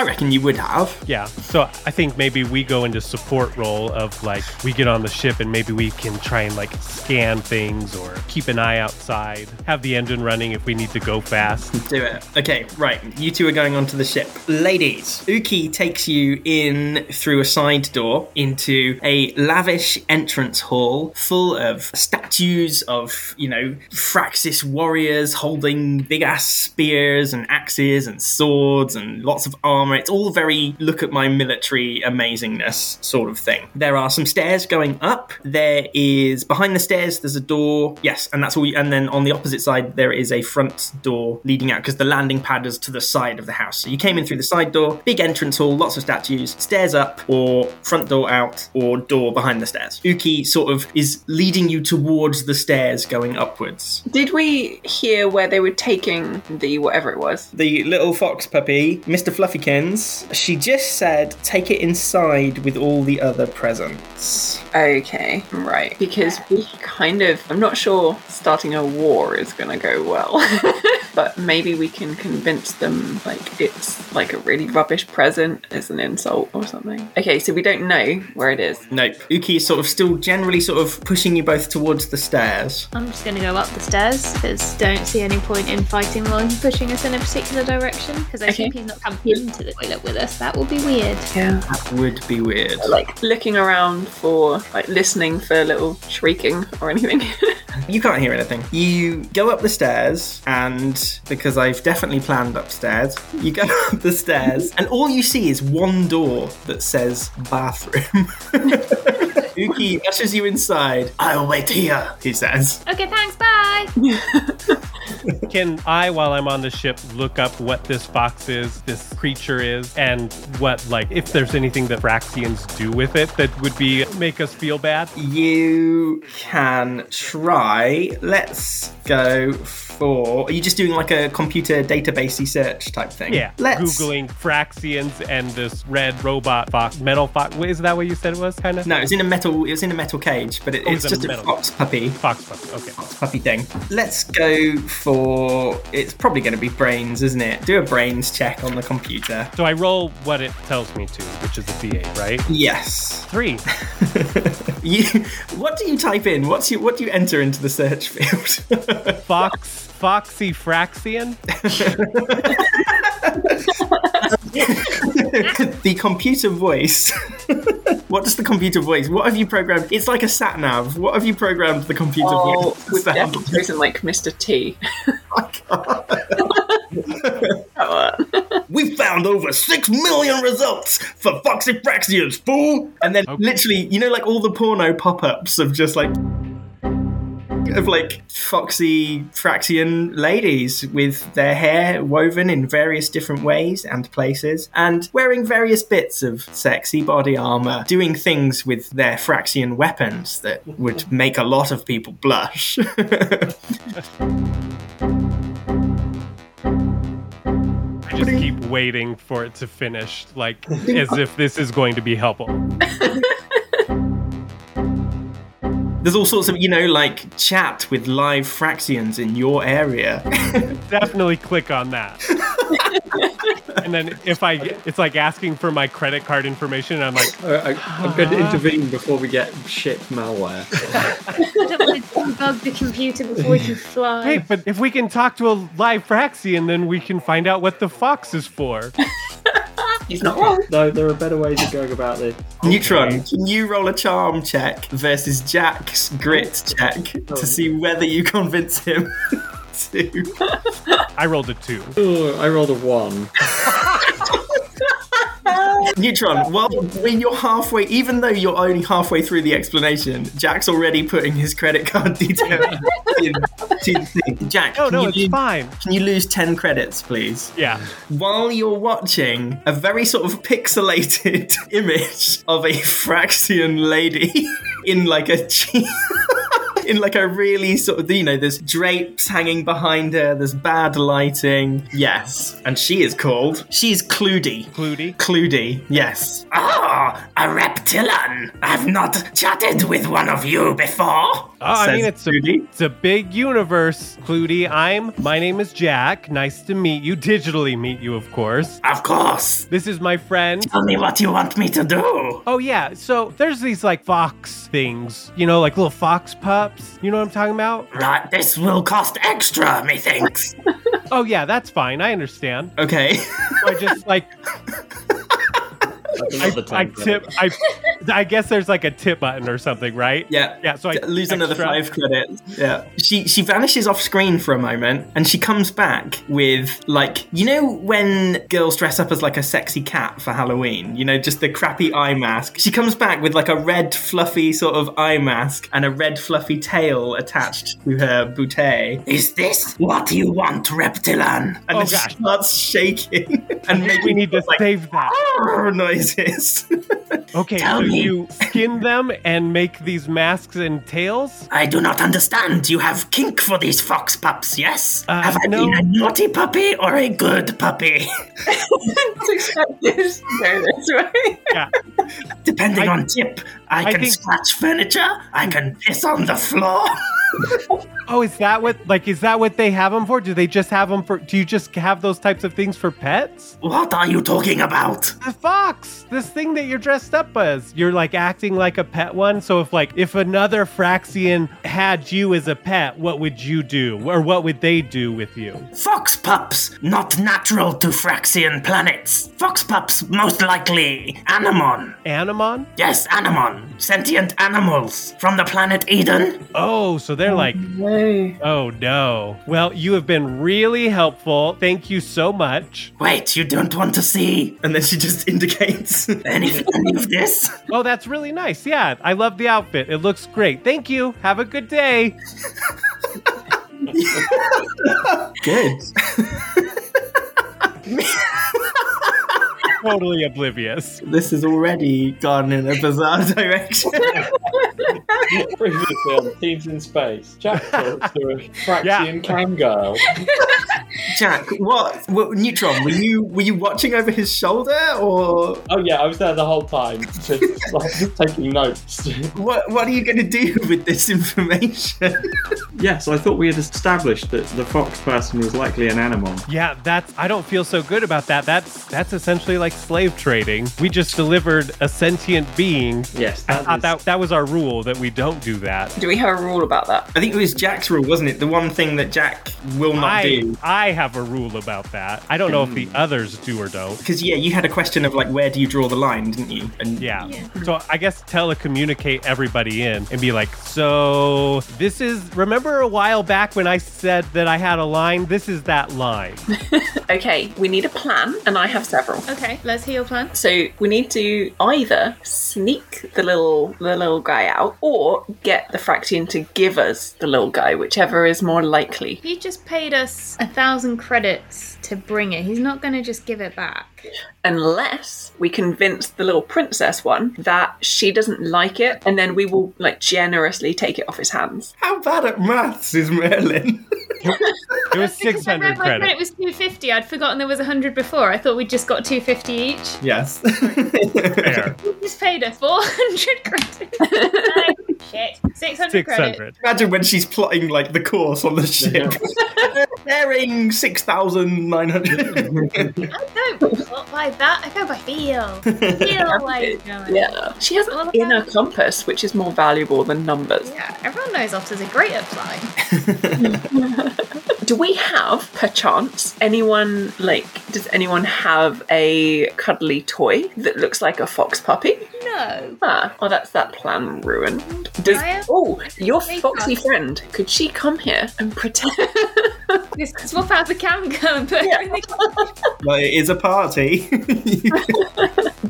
S2: "I reckon you would have."
S8: Yeah. So I think maybe we go into support role of like we get on the ship and maybe we can try and like scan things or keep an eye outside, have the engine running if we need to go fast.
S2: Do it. Okay, right. You two are going onto the ship. Ladies, Uki takes you in through a side door into a lavish entrance hall full of statues of, you know, Fraxis warriors holding big ass spears and axes and swords and lots of armor. It's all very look at my military amazingness sort of thing. There are some stairs going up. There is behind the stairs there's a door. Yes, and that's all you, and then on the opposite side there is a front door leading out because the landing pad is to the side of the house. So you came in through the side door, big entrance hall, lots of statues, stairs up or front door out or door behind the stairs. Uki sort of is leading you towards the stairs going upwards.
S7: Did we hear where they were taking the whatever it was?
S2: the little fox puppy, Mr. Fluffykins, she just said, take it inside with all the other presents.
S7: Okay, right. Because we kind of, I'm not sure starting a war is going to go well. but maybe we can convince them like it's like a really rubbish present as an insult or something. Okay, so we don't know where it is.
S2: Nope. Uki is sort of still generally sort of pushing you both towards the stairs.
S9: I'm just going to go up the stairs because don't see any point in fighting while he's pushing us in a particular direction because I
S7: Okay.
S9: assume he's not coming into the toilet with us. That would be weird.
S7: Yeah.
S2: That would be weird.
S7: Like looking around for, like listening for little shrieking or anything.
S2: You can't hear anything. You go up the stairs, and because I've definitely planned upstairs, you go up the stairs, and all you see is one door that says bathroom. Uki ushers you inside.
S4: I'll wait here.
S2: He says,
S9: Okay, thanks. Bye.
S8: Can I, while I'm on the ship, look up what this fox is, this creature is, and what like if there's anything that Braxians do with it that would be make us feel bad?
S2: You can try. Let's go for. Are you just doing like a computer databasey search type thing?
S8: Yeah,
S2: Let's.
S8: googling Fraxians and this red robot fox, metal fox. Wait, Is that what you said it was? Kind of.
S2: No, it's in a metal. It was in a metal cage, but it,
S8: Oh,
S2: it's
S8: it's in a
S2: just a
S8: metal-
S2: fox puppy.
S8: Fox fox. Okay.
S2: Fox puppy thing. Let's go for. It's probably going to be brains, isn't it? Do a brains check on the computer.
S8: So I roll what it tells me to, which is a D8, right?
S2: Yes.
S8: Three.
S2: You. What do you type in? What's you? What do you enter into the search field?
S8: Fox, foxy Fraxian.
S2: the computer voice. what does the computer voice? What have you programmed? It's like a sat nav. What have you programmed the computer
S7: oh,
S2: voice? to
S7: we've
S2: sound
S7: definitely chosen like Mr. T.
S4: We found over six million results for Foxypraxians, fool.
S2: And then literally, you know, like all the porno pop ups of just like. Of like foxy Fraxian ladies with their hair woven in various different ways and places, and wearing various bits of sexy body armor, doing things with their Fraxian weapons that would make a lot of people blush.
S8: I just keep waiting for it to finish, like as if this is going to be helpful.
S2: There's all sorts of, you know, like chat with live Fraxians in your area.
S8: Definitely click on that. and then if I, it's like asking for my credit card information. And I'm like,
S6: I, am going to intervene before we get ship malware.
S9: I don't want to debug the computer before we can fly.
S8: hey, but if we can talk to a live Fraxian, then we can find out what the fox is for.
S7: He's not wrong.
S6: No, there are better ways of going about this.
S2: Neutron, can you roll a charm check versus Jack's grit check to see whether you convince him to?
S8: I rolled a two.
S6: Oh, Ooh, I rolled a one.
S2: Neutron, well, when you're halfway, even though you're only halfway through the explanation, Jack's already putting his credit card details in to the thing. Jack,
S8: No,
S2: can,
S8: no,
S2: you
S8: it's
S2: lose,
S8: fine.
S2: can you lose 10 credits, please?
S8: Yeah.
S2: While you're watching a very sort of pixelated image of a Fraxian lady in like a cheap. In like a really sort of you know, there's drapes hanging behind her, there's bad lighting. Yes, and she is called she's Cludy.
S8: Cludy.
S2: Cludy, yes.
S4: Ah, a reptilian. I've not chatted with one of you before.
S8: Oh, I mean,
S2: Says
S8: it's a,
S2: Cludy.
S8: it's a big universe, Cludy. I'm. My name is Jack. Nice to meet you. Digitally meet you, of course.
S4: Of course.
S8: This is my friend.
S4: Tell me what you want me to do.
S8: Oh yeah, so there's these like fox things, you know, like little fox pups. You know what I'm talking about?
S4: Right, this will cost extra, methinks.
S8: Oh yeah, that's fine. I understand.
S2: Okay.
S8: I just like
S6: That's
S8: I,
S6: another
S8: I
S6: time
S8: tip. I I guess there's like a tip button or something, right?
S2: Yeah.
S8: Yeah. So I
S2: lose another
S8: extra-
S2: five credits. Yeah. She she vanishes off screen for a moment and she comes back with like you know when girls dress up as like a sexy cat for Halloween, you know, just the crappy eye mask. She comes back with like a red fluffy sort of eye mask and a red fluffy tail attached to her bootay.
S4: Is this what you want, reptilian?
S2: And
S8: Oh,
S2: then
S8: gosh.
S2: she starts shaking and making
S8: We need to
S2: like
S8: save that.
S2: noises.
S8: Okay, so
S4: Tell me.
S8: you skin them and make these masks and tails.
S4: I do not understand. You have kink for these fox pups, yes?
S8: Uh,
S4: have I
S8: no.
S4: been a naughty puppy or a good puppy?
S7: it's expected. No, that's right.
S8: Yeah.
S4: Depending
S8: I-
S4: on tip, I,
S8: I
S4: can
S8: think-
S4: scratch furniture, I can piss on the floor.
S8: Oh, is that what like is that what they have them for? Do they just have them for? Do you just have those types of things for pets?
S4: What are you talking about?
S8: the fox this thing that you're dressed up as you're like acting like a pet one so if like if another fraxian had you as a pet what would you do or what would they do with you
S4: Fox pups, not natural to Fraxian planets. Fox pups, most likely Anemon.
S8: animon
S4: Yes, Anemon. Sentient animals from the planet Eden.
S8: oh so they're like
S7: No.
S8: oh no well you have been really helpful thank you so much
S4: Wait, you don't want to see
S2: and then she just indicates
S4: any, any of this?
S8: oh that's really nice yeah i love the outfit it looks great thank you have a good day
S2: Good.
S8: totally oblivious
S2: This has already gone in a bizarre direction.
S6: Previously on Teens in Space, Jack talks to a Fraxian cam girl.
S2: Jack, what? what Neutron, were you were you watching over his shoulder or
S6: Oh yeah, I was there the whole time, just, like, just taking notes.
S2: what? What are you going to do with this information?
S6: yes, I thought we had established that the fox person was likely an animal.
S8: Yeah, that's I don't feel so good about that. That's that's essentially like slave trading. We just delivered a sentient being.
S6: Yes, Ah, that
S8: I thought
S6: is-
S8: that that was our rule that we don't do that.
S7: Do we have a rule about that?
S2: I think it was Jack's rule, wasn't it? The one thing that Jack will not
S8: I
S2: do.
S8: I have a rule about that. I don't know if the
S6: Hmm.
S8: others do or don't.
S2: Because yeah, you had a question of like, where do you draw the line, didn't you? And
S8: Yeah. So I guess telecommunicate everybody in and be like, so this is remember a while back when I said that I had a line? This is that line.
S7: Okay, we need a plan, and I have several.
S9: Okay, let's hear your plan.
S7: So we need to either sneak the little the little guy out, or get the Fraxian to give us the little guy, whichever is more likely.
S9: He just paid us a thousand credits to bring it. He's not going to just give it back.
S7: unless we convince the little princess one that she doesn't like it and then we will like generously take it off his hands
S2: how bad at maths is Merlin?
S8: It was
S9: Because
S8: six
S9: I
S8: hundred
S9: read my credit
S8: credits.
S9: was 250. I'd forgotten there was 100 before. I thought we just got 250 each.
S2: yes.
S8: Fair.
S9: He just paid us 400 credits. Oh, shit. 600
S8: Six
S9: credits.
S8: hundred.
S2: Imagine when she's plotting like the course on the ship. Bearing six thousand nine hundred.
S9: I don't go by that. I go by feel. Feel like going.
S7: yeah she has an
S9: Well,
S7: inner compass which is more valuable than numbers
S9: Yeah, everyone knows officers are great at flying.
S7: do we have perchance anyone like does anyone have a cuddly toy that looks like a fox puppy
S9: No.
S7: ah oh that's that plan ruined does
S9: I have-
S7: oh your
S9: Wait,
S7: foxy
S9: Fox.
S7: friend could she come here and pretend
S9: Just swap out the cam gun, but
S7: Yeah.
S9: everything-
S2: Like, it is a party.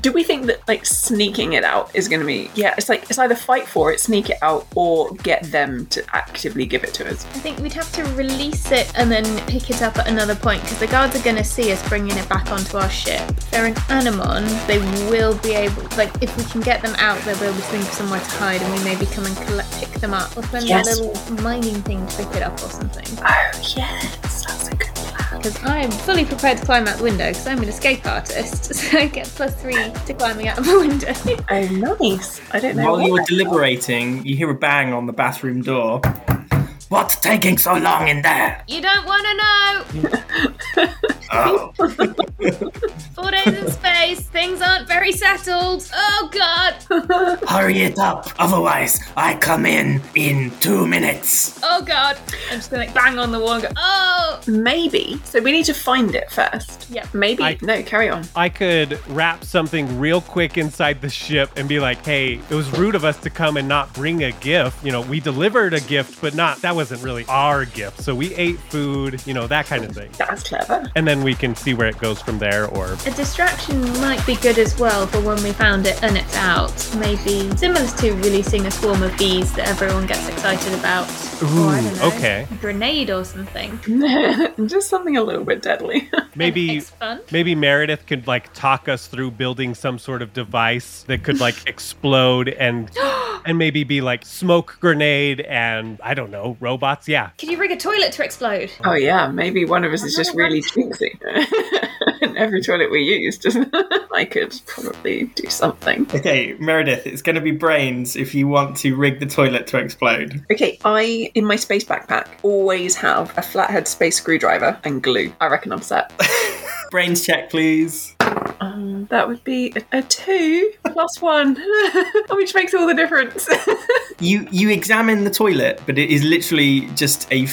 S7: Do we think that like sneaking it out is going to be? Yeah, it's like it's either fight for it, sneak it out, or get them to actively give it to us.
S9: I think we'd have to release it and then pick it up at another point because the guards are going to see us bringing it back onto our ship. They're an Anemon. They will be able, like, if we can get them out, they'll be able to think of somewhere to hide and we maybe come and collect, pick them up. Or send
S7: Yes.
S9: a little mining thing to pick it up or something.
S7: Oh yes, that's a good plan.
S9: Because I'm fully prepared to climb out the window because I'm an escape artist. So I get plus three to climbing out of the window.
S7: Oh nice. I don't know.
S2: While
S7: why.
S2: you're deliberating, you hear a bang on the bathroom door.
S4: What's taking so long in there?
S9: you don't want to know!
S2: Uh,
S4: Oh,
S9: Four days in space, things aren't very settled. Oh god!
S4: hurry it up, otherwise I come in in two minutes.
S9: Oh god! I'm just gonna like, bang on the wall and go, oh!
S7: Maybe. So we need to find it first.
S9: Yep.
S7: Maybe.
S8: I-
S7: No, carry on.
S8: I could wrap something real quick inside the ship and be like, hey, it was rude of us to come and not bring a gift. You know, we delivered a gift, but not, that wasn't really our gift. So we ate food, you know, that kind of thing.
S7: That's clever.
S8: And then we can see where it goes from there or
S9: A distraction might be good as well for when we found it and it's out. Maybe similar to releasing a swarm of bees that everyone gets excited about. or, I don't know,
S8: okay.
S9: A grenade or something.
S7: Just something a little bit deadly.
S8: maybe.
S9: It's fun.
S8: Maybe Meredith could like talk us through building some sort of device that could like explode and and maybe be like smoke grenade and I don't know robots. Yeah,
S9: Could you rig a toilet to explode?
S7: oh yeah, maybe one of us is just really jinxing. and every toilet we use doesn't. I could probably do something.
S2: Okay, Meredith, it's going to be brains if you want to rig the toilet to explode.
S7: Okay, I in my space backpack always have a flathead space screwdriver and glue. I reckon I'm set.
S2: Brains check, please.
S7: Um, that would be a, a two plus one, which makes all the difference.
S2: You you examine the toilet, but it is literally just a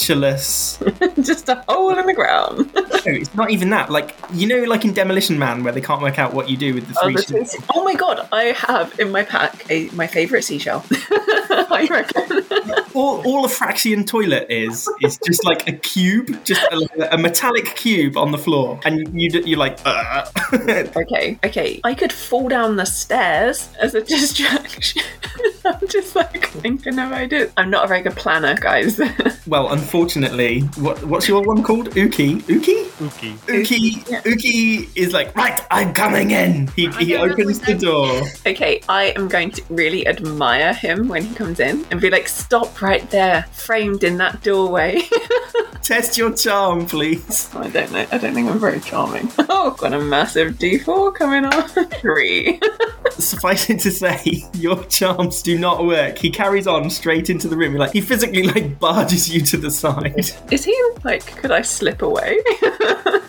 S2: featureless. no,
S7: just a hole in the ground.
S2: it's not even that. Like you know, like in Demolition Man, where they can't work out what you do with the
S7: Oh,
S2: three.
S7: the
S2: sheets.
S7: sea- oh my god, I have in my pack a, my favourite seashell. I reckon.
S2: all, all a Fraxian toilet is is just like a cube, just a, a metallic cube on the floor, and you d- you're like, uh.
S7: Okay, okay. I could fall down the stairs as a distraction. I'm just like thinking of ideas. I'm not a very good planner, guys.
S2: well, unfortunately, what what's your one called? Uki, Uki,
S8: Ookie.
S2: Uki, Uki is like right.
S4: I'm coming in.
S2: He, he
S9: don't know
S2: opens
S9: what
S2: the
S9: that-
S2: door.
S7: okay, I am going to really admire him when he comes in and be like, stop right there, framed in that doorway.
S2: Test your charm, please.
S7: I don't know. I don't think I'm very charming. Oh, got a massive D4 coming on. Three.
S2: Suffice it to say, your charms do not work. He carries on straight into the room. Like he physically like barges you to the side.
S7: Is he like, could I slip away?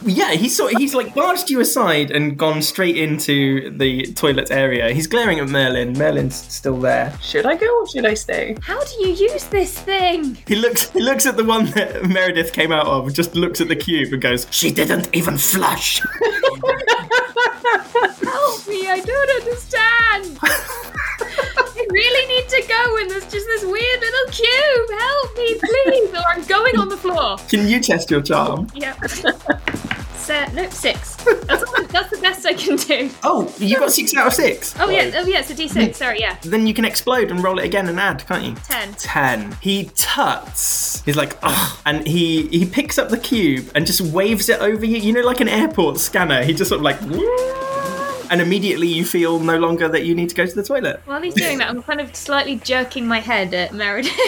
S2: Yeah, he's sort he's like barged you aside and gone straight into the toilet area. He's glaring at Merlin. Merlin's still there.
S7: should I go or should I stay?
S9: How do you use this thing?
S2: He looks he looks at the one that Meredith came out of, just looks at the cube and goes,
S4: She didn't even flush.
S9: Help me, I don't understand! I really need to go and there's just this weird little cube! Help me, please! Or I'm going on the floor!
S2: Can you test your charm?
S9: Yep. So, no, six. That's, all, that's the best I can do.
S2: Oh, you got six out of six.
S9: Oh, yeah, oh, yeah, it's a d6, sorry, yeah.
S2: Then you can explode and roll it again and add, can't you?
S9: Ten.
S2: Ten. He tuts. He's like, ugh. And he he picks up the cube and just waves it over you. You know, like an airport scanner. He just sort of like and immediately you feel no longer that you need to go to the toilet.
S9: While he's doing that, I'm kind of slightly jerking my head at Meredith.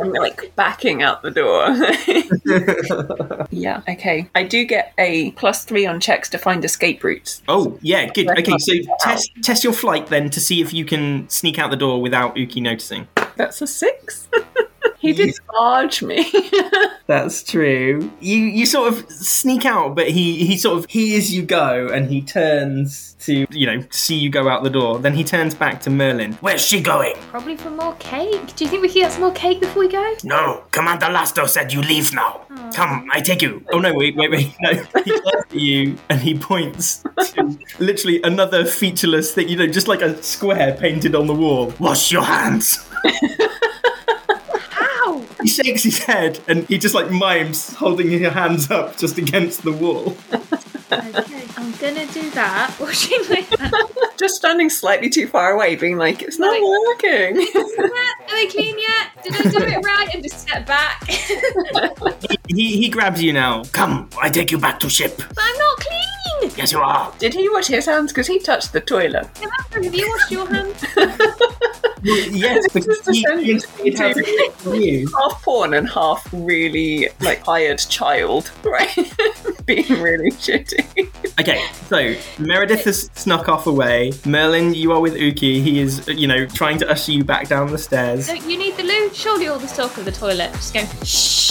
S7: I'm like backing out the door. yeah, okay. I do get a plus three on checks to find escape routes.
S2: Oh, yeah, good.
S7: Let's
S2: Okay,
S7: not
S2: so
S7: do that.
S2: test test your flight then to see if you can sneak out the door without Uki noticing.
S7: That's a six. he did barge me.
S2: That's true. You you sort of sneak out, but he he sort of hears you go and he turns to you know see you go out the door. Then he turns back to Merlin.
S4: Where's she going?
S9: Probably for more cake. Do you think we can get some more cake before we go?
S4: No, Commander Lasto said you leave now. Come, I take you.
S2: Oh no! Wait, wait, wait! No, he glares at you and he points to literally another featureless thing. You know, just like a square painted on the wall.
S4: Wash your hands.
S9: Ow!
S2: He shakes his head and he just like mimes holding his hands up just against the wall.
S9: Okay, I'm gonna do that. Watching my
S7: Just standing slightly too far away, being like, it's not
S9: Like-
S7: working.
S9: Are they clean yet? Did I do it right? And just step back. but
S2: He, he grabs you now.
S4: Come, I take you back to ship.
S9: I'm not clean.
S4: Yes, you are.
S7: Did he wash his hands? Because he touched the toilet.
S9: Remember, have you washed your hands?
S2: Yes, because
S7: Just
S2: he,
S7: ascending
S2: he has a look at you.
S7: Half porn and half really like hired child, right? being really shitty.
S2: Okay, so Meredith has snuck off away. Merlin, you are with Uki. He is, you know, trying to usher you back down the stairs.
S9: Don't you need the loo? Surely all this talk of the toilet. Just going. Shh.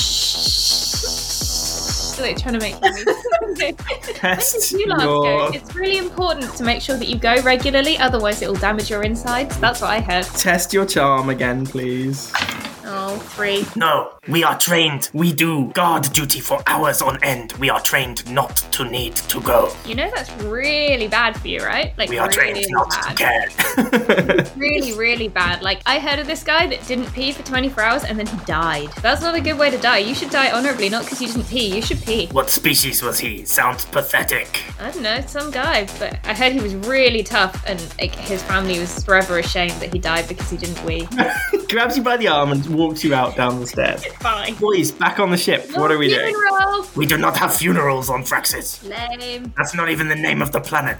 S9: Like trying to make you.
S2: Test
S9: You last
S2: your
S9: go. It's really important to make sure that you go regularly, otherwise it will damage your insides. That's what I heard.
S2: test your charm again, please.
S9: Oh, three.
S4: No, we are trained. We do guard duty for hours on end. We are trained not to need to go.
S9: You know that's really bad for you, right? Like
S4: We are
S9: really
S4: trained not to
S9: bad.
S4: care.
S9: Really, really bad. Like I heard of this guy that didn't pee for 24 hours and then he died. That's not a good way to die. You should die honorably, not because you didn't pee. You should pee.
S4: What species was he? Sounds pathetic.
S9: I don't know, some guy, but I heard he was really tough and like, his family was forever ashamed that he died because he didn't wee.
S2: grabs you by the arm and walks you out down the stairs.
S9: Fine.
S2: Boys, back on the ship. What are we doing?
S9: Funeral.
S4: We do not have funerals on Fraxis.
S9: Lame.
S4: That's not even the name of the planet,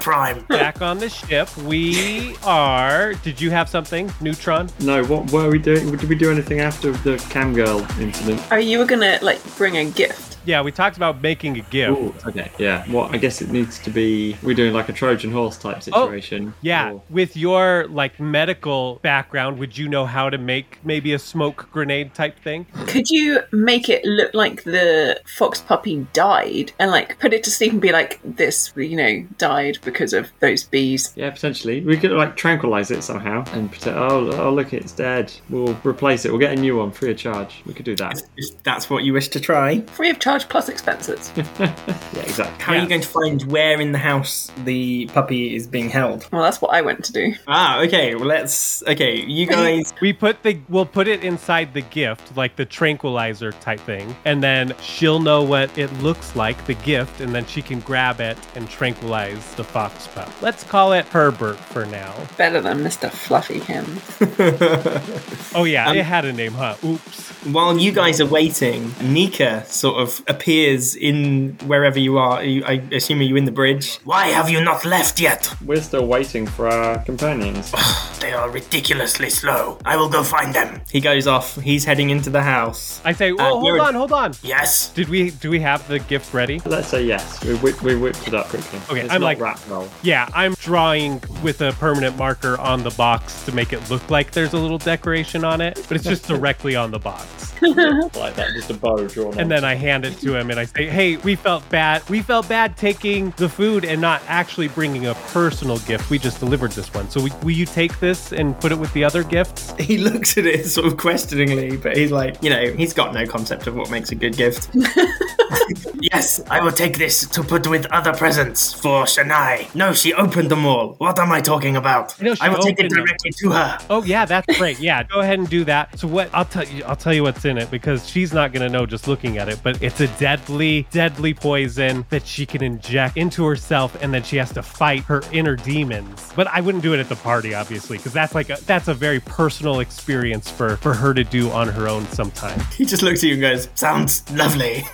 S4: Prime.
S8: Back on the ship, we are. Did you have something, Neutron?
S6: No, what were we doing? Did we do anything after the cam girl incident?
S7: Oh, you were gonna like bring a gift.
S8: Yeah, we talked about making a gift.
S6: Ooh, okay, yeah. Well, I guess it needs to be. We're doing like a Trojan horse type
S8: Oh,
S6: situation.
S8: Yeah,
S6: Or-
S8: with your like medical background, would you know how to make maybe a smoke grenade type thing?
S7: Could you make it look like the fox puppy died and like put it to sleep and be like, this, you know, died because of those bees?
S6: Yeah, potentially. We could like tranquilize it somehow and pretend. Oh, oh, look, it's dead. We'll replace it. We'll get a new one free of charge. We could do that.
S2: If that's what you wish to try.
S7: Free of charge plus expenses.
S6: Yeah, exactly.
S2: How are you going to find where in the house the puppy is being held?
S7: Well, that's what I went to do.
S2: Ah, okay. Well, let's. Okay, you guys.
S8: We put the we'll put it inside the gift, like the tranquilizer type thing, and then she'll know what it looks like, the gift, and then she can grab it and tranquilize the fox pup. Let's call it Herbert for now.
S7: Better than Mr. Fluffy him.
S8: Oh yeah,
S2: Um,
S8: it had a name, huh? Oops.
S2: While you guys are waiting, Nika sort of appears in wherever you are. Are you- I assume are you in the bridge?
S4: Why have you not left yet?
S6: We're still waiting for our companions.
S4: They are ridiculously slow. I will go find them.
S2: He goes off. He's heading into the house.
S8: I say, oh, hold
S2: you're-
S8: on, hold on.
S4: Yes.
S8: Did we do we have the gift ready?
S6: Let's say yes. We, whip, we whipped it up quickly.
S8: Okay,
S6: It's
S8: I'm
S6: not
S8: like-
S6: rat roll.
S8: Yeah, I'm drawing with a permanent marker on the box to make it look like there's a little decoration on it, but it's just directly on the box.
S6: Like that, just a bow drawn.
S8: And then I hand it to him and I say, "Hey, we felt bad. We felt bad taking the food and not actually bringing a personal gift. We just delivered this one. So we, will you take this and put it with the other gifts?"
S2: He looks at it sort of questioningly, but he's like, you know, he's got no concept of what makes a good gift.
S4: Yes, I will take this to put with other presents for Shania. No, she opened them all. What am I talking about?
S8: know she
S4: I will take it
S8: opened them.
S4: directly to her.
S8: Oh yeah, that's great. Yeah, go ahead and do that. So what I'll tell you I'll tell you what's in it because she's not gonna know just looking at it, but it's a deadly, deadly poison that she can inject into herself and then she has to fight her inner demons. But I wouldn't do it at the party, obviously, because that's like a, that's a very personal experience for for her to do on her own sometime.
S2: He just looks at you and goes,
S4: Sounds lovely.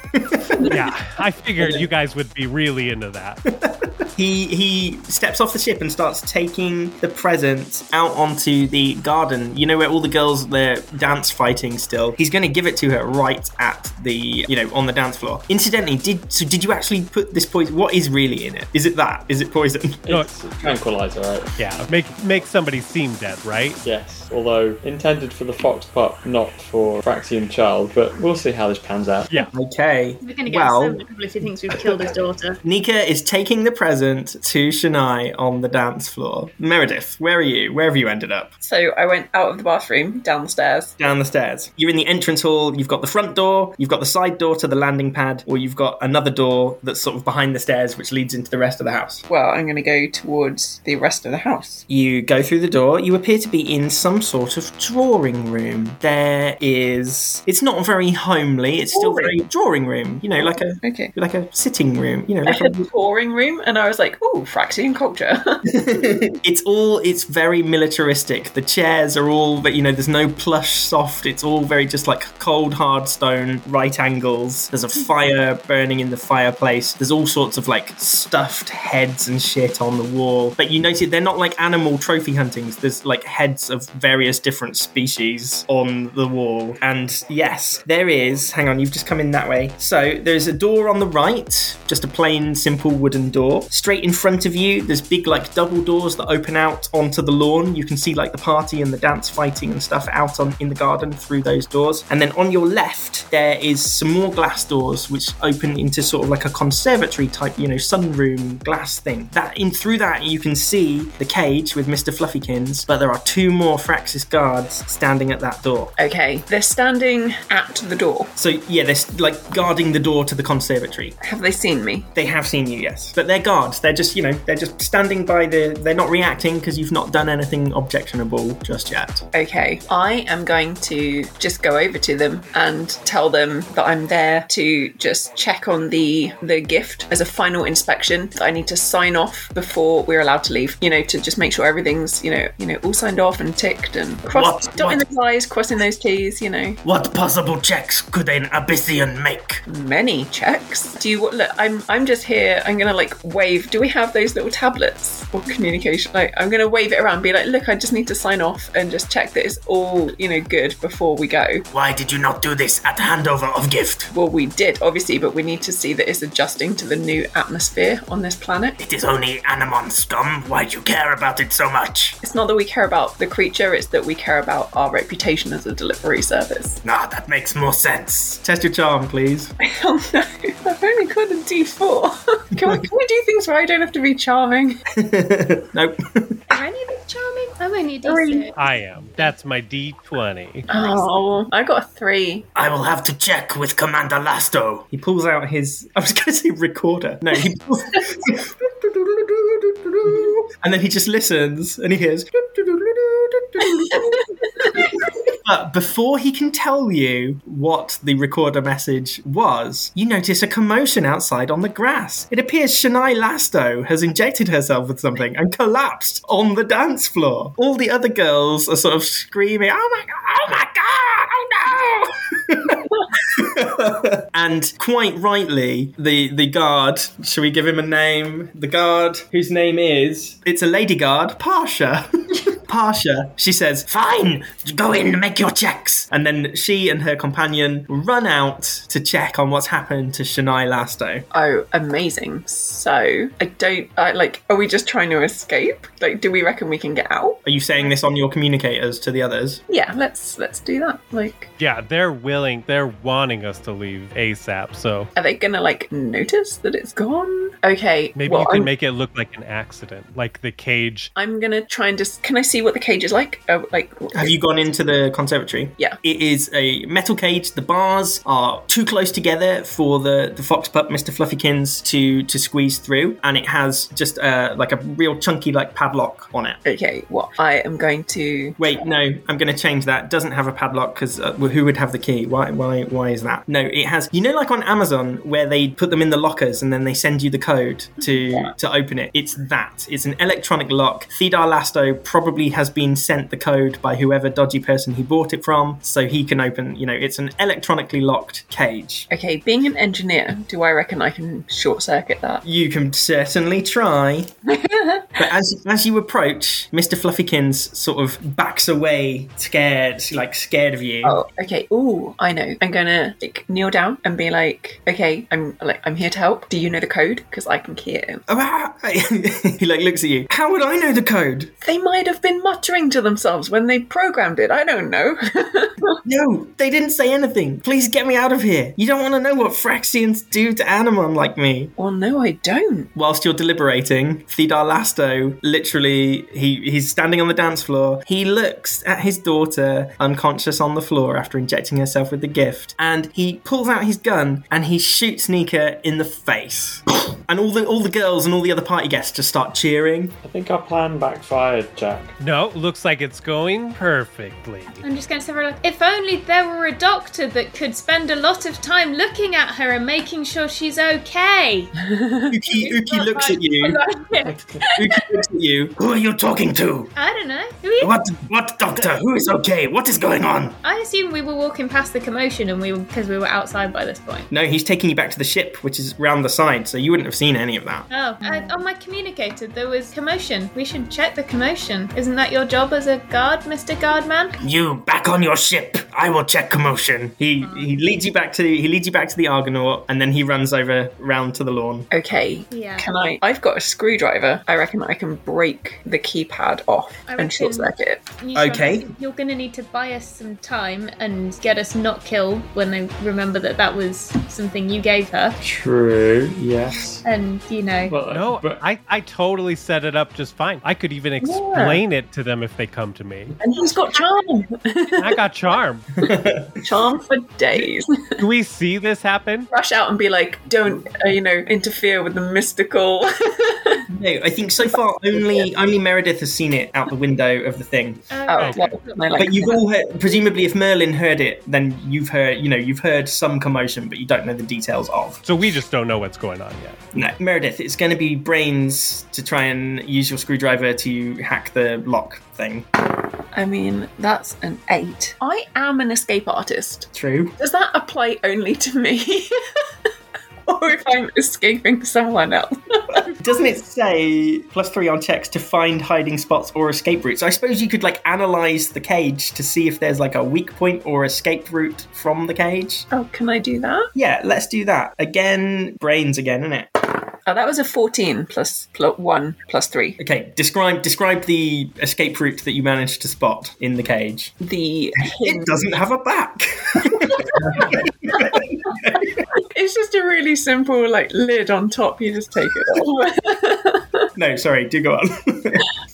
S8: yeah. I figured you guys would be really into that.
S2: He he steps off the ship and starts taking the presents out onto the garden. You know where all the girls they're dance fighting still. He's going to give it to her right at the you know on the dance floor. Incidentally, did so did you actually put this poison? What is really in it? Is it that? Is it poison?
S8: No,
S6: It's a tranquilizer, right?
S8: yeah. Make make somebody seem dead, right?
S6: Yes, although intended for the fox pup, not for Fraxian child, but we'll see how this pans out.
S8: Yeah.
S2: Okay.
S9: We're gonna get so
S2: Well,
S9: many people if he thinks we've killed his daughter.
S2: Nika is taking the present to Shania on the dance floor. Meredith, where are you? Where have you ended up?
S7: So I went out of the bathroom, downstairs.
S2: down the stairs. You're in the entrance hall, you've got the front door, you've got the side door to the landing pad, or you've got another door that's sort of behind the stairs which leads into the rest of the house.
S7: Well, I'm gonna go towards the rest of the house.
S2: You go through the door, you appear to be in some sort of drawing room. There is it's not very homely, it's still very drawing room. You you know, like a
S7: Okay.
S2: like a sitting room, you know,
S7: I
S2: like a
S7: had a pouring room, and I was like, "Ooh, Fraxian culture."
S2: it's all it's very militaristic the chairs are all but you know there's no plush soft it's all very just like cold hard stone right angles there's a fire burning in the fireplace there's all sorts of like stuffed heads and shit on the wall but you notice they're not like animal trophy huntings there's like heads of various different species on the wall and yes there is hang on you've just come in that way so there's a door on the right just a plain simple wooden door straight in front of you there's big like double doors that open out onto the lawn you can see like the party and the dance fighting and stuff out on in the garden through those doors and then on your left there is some more glass doors which open into sort of like a conservatory type you know sunroom glass thing that in through that you can see the cage with mr fluffykins but there are two more fraxis guards standing at that door
S7: okay, they're standing at the door.
S2: so yeah they're s- like guarding the door to the conservatory
S7: Have they seen me?
S2: They have seen you, yes. But they're guards. They're just, you know, they're just standing by the. They're not reacting because you've not done anything objectionable just yet.
S7: Okay, I am going to just go over to them and tell them that I'm there to just check on the the gift as a final inspection. That I need to sign off before we're allowed to leave. You know, to just make sure everything's you know you know all signed off and ticked and cross,
S4: What-
S7: dotting
S4: what-
S7: the i's, crossing those t's. You know,
S4: What possible checks could an Abyssian make?
S7: many checks. Do you look? I'm I'm just here. I'm gonna like wave. Do we have those little tablets for communication? Like I'm gonna wave it around, and be like, look, I just need to sign off and just check that it's all you know good before we go.
S4: Why did you not do this at handover of gift?
S7: Well, we did, obviously, but we need to see that it's adjusting to the new atmosphere on this planet.
S4: It is only Anamon scum. Why do you care about it so much?
S7: It's not that we care about the creature, it's that we care about our reputation as a delivery service.
S4: Nah, that makes more sense.
S2: Test your charm, please.
S7: Oh no, I've only got a D4. can, we, can we do things where I don't have to be charming?
S2: Nope.
S9: Are any of them charming? I'm only a
S7: Three.
S9: decent.
S8: I am. That's my D20.
S7: Oh, I got a three.
S4: I will have to check with Commander Lasto.
S2: he pulls out his. I was going to say recorder. No, he pulls. and then he just listens and he hears. but before he can tell you what the recorder message was, you notice a commotion outside on the grass. It appears Shania Lasto has injected herself with something and collapsed on the dance floor. All the other girls are sort of screaming, "Oh my god! Oh my god! Oh no!" and quite rightly, the the guard. Shall we give him a name? The guard whose name is it's a lady guard, Parsha. Parsha. She says,
S4: Fine, go in and make your checks.
S2: and then she and her companion run out to check on what's happened to Shania Lasto.
S7: Oh, amazing. So, I don't, I, like, are we just trying to escape? Like, do we reckon we can get out?
S2: Are you saying this on your communicators to the others?
S7: Yeah, let's, let's do that. Like,
S8: Yeah, they're willing, they're wanting us to leave ASAP. So
S7: Are they gonna like notice that it's gone? Okay.
S8: maybe
S7: well,
S8: you can
S7: I'm,
S8: make it look like an accident, like the cage.
S7: I'm gonna try and just. Can I see what the cage is like? Oh, like.
S2: Have you gone into the conservatory?
S7: Yeah.
S2: It is a metal cage. The bars are too close together for the, the fox pup, Mr. Fluffykins, to, to squeeze through. And it has just uh, like a real chunky like padlock on it.
S7: Okay. Well, I am going to.
S2: Wait, no, I'm going to change that. Doesn't have a padlock because uh, who would have the key? Why, why, why is that? No, it has. You know, like on Amazon where they put them in the lockers and then they send you the code to to open it. It's that. It's an electronic lock. Thedar Lasto probably has been sent the code by whoever dodgy person he bought it from, so he can open. You know, it's an electronically locked cage.
S7: Okay. Being an engineer, do I reckon I can short circuit that?
S2: You can certainly try. but as as you approach, Mr. Fluffykins sort of backs away, scared, like scared of you.
S7: Oh. Okay. Ooh. I know. I'm gonna like kneel down and be like, okay. I'm like, I'm here to help. Do you know the code? Because I can key it. in.
S2: Oh, ah, ah. he like looks at you. How would I know the code?
S7: They might have been muttering to themselves when they programmed it. I don't know.
S2: No, they didn't say anything. Please get me out of here. You don't want to know what Fraxians do to Animon like me.
S7: well, no, I don't.
S2: Whilst you're deliberating, Thedar Lasto literally he he's standing on the dance floor. He looks at his daughter unconscious on the floor after injecting herself with the gift, and he pulls out his gun and he shoots Nika in the face. and all the all the girls and all the other party guests just start cheering.
S6: I think our plan backfired, Jack.
S8: No, looks like it's going perfectly.
S9: I'm just going to say, very like, if only there were a doctor that could spend a lot of time looking at her and making sure she's okay.
S2: Uki Uki looks at you. Uki looks at you.
S4: Who are you talking to?
S9: I don't know. Who you-
S4: What what doctor? Who is okay? What is going on?
S9: I assume we were walking past the commotion and we were because we were outside by this point.
S2: No, he's taking you back to the ship, which is round the side, so you wouldn't have seen any of that.
S9: Oh, uh,
S7: Hmm.
S9: on my communicator there was commotion. We should check the commotion. Isn't that your job as a guard, Mister Guardman?
S4: You back on your ship. I will check commotion.
S2: He he leads you back to he leads you back to the Argonaut, and then he runs over round to the lawn.
S7: Okay.
S9: Yeah.
S7: Can I? I've got a screwdriver. I reckon I can break the keypad off
S9: I
S7: and short
S9: reckon-
S7: circuit it.
S9: You shall-
S2: Okay.
S9: You're going to need to buy us some time and get us not killed when they remember that that was something you gave her.
S6: True. Yes.
S9: And, you know,
S6: Well,
S8: No,
S6: but
S8: I, I totally set it up just fine. I could even explain it to them if they come to me.
S7: And he's got charm.
S8: I got charm.
S7: charm for days.
S8: Do we see this happen?
S7: Rush out and be like, don't, uh, you know, interfere with the mystical.
S2: No, I think so far only only Meredith has seen it out the window of the thing.
S9: uh,
S7: oh,
S8: Okay.
S7: well, my, like,
S2: But you've all heard, presumably, if Merlin heard it, then you've heard, you know, you've heard some commotion, but you don't know the details of.
S8: So we just don't know what's going on yet.
S2: No, Meredith, it's going to be brains to try and use your screwdriver to hack the lock thing.
S7: I mean, that's an eight. I am an escape artist.
S2: True.
S7: Does that apply only to me? or if I'm escaping someone else?
S2: Doesn't it say plus three on checks to find hiding spots or escape routes? I suppose you could like analyze the cage to see if there's like a weak point or escape route from the cage.
S7: Oh, can I do that?
S2: Yeah, let's do that again. Brains again, innit?
S7: Oh, that was a 14 plus, plus 1 plus 3.
S2: Okay, describe describe the escape route that you managed to spot in the cage.
S7: The
S2: It doesn't have a back.
S7: It's just a really simple, like, lid on top. You just take it off.
S2: no, sorry, do go on.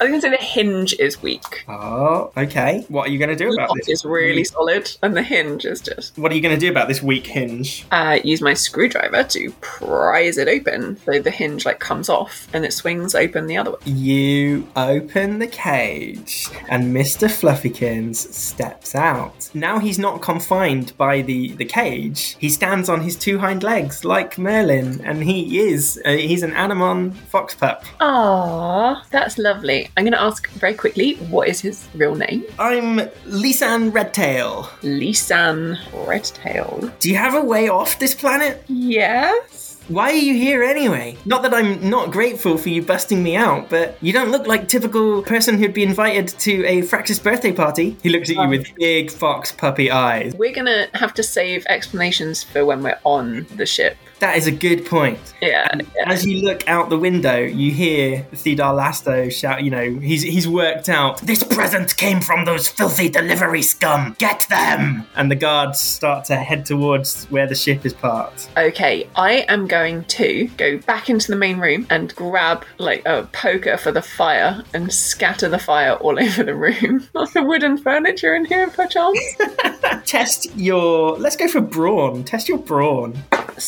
S7: I was going to say the hinge is weak.
S2: oh, okay. What are you going to do
S7: The
S2: about
S7: lock
S2: this? Mm-hmm.
S7: is really solid, and the hinge is just.
S2: What are you going to do about this weak hinge?
S7: Uh, use my screwdriver to prise it open, so the hinge like comes off and it swings open the other way.
S2: You open the cage, and Mr. Fluffykins steps out. Now he's not confined by the, the cage. He stands on his two hind legs like Merlin, and he is uh, he's an Animon fox pup.
S7: Ah, that's lovely. I'm going to ask very quickly what is his real name?
S2: I'm Lisan Redtail.
S7: Lisan Redtail.
S2: Do you have a way off this planet?
S7: Yes.
S2: Why are you here anyway? Not that I'm not grateful for you busting me out, but you don't look like typical person who'd be invited to a Fraxis birthday party. He looks at you with big fox puppy eyes.
S7: We're going to have to save explanations for when we're on the ship.
S2: That is a good point.
S7: Yeah. yeah.
S2: As you look out the window, you hear Thedar Lasto shout, you know, he's he's worked out.
S4: This present came from those filthy delivery scum. Get them.
S2: And the guards start to head towards where the ship is parked.
S7: Okay, I am going to go back into the main room and grab like a poker for the fire and scatter the fire all over the room. Lots the wooden furniture in here, perchance.
S2: Test your let's go for brawn. Test your brawn.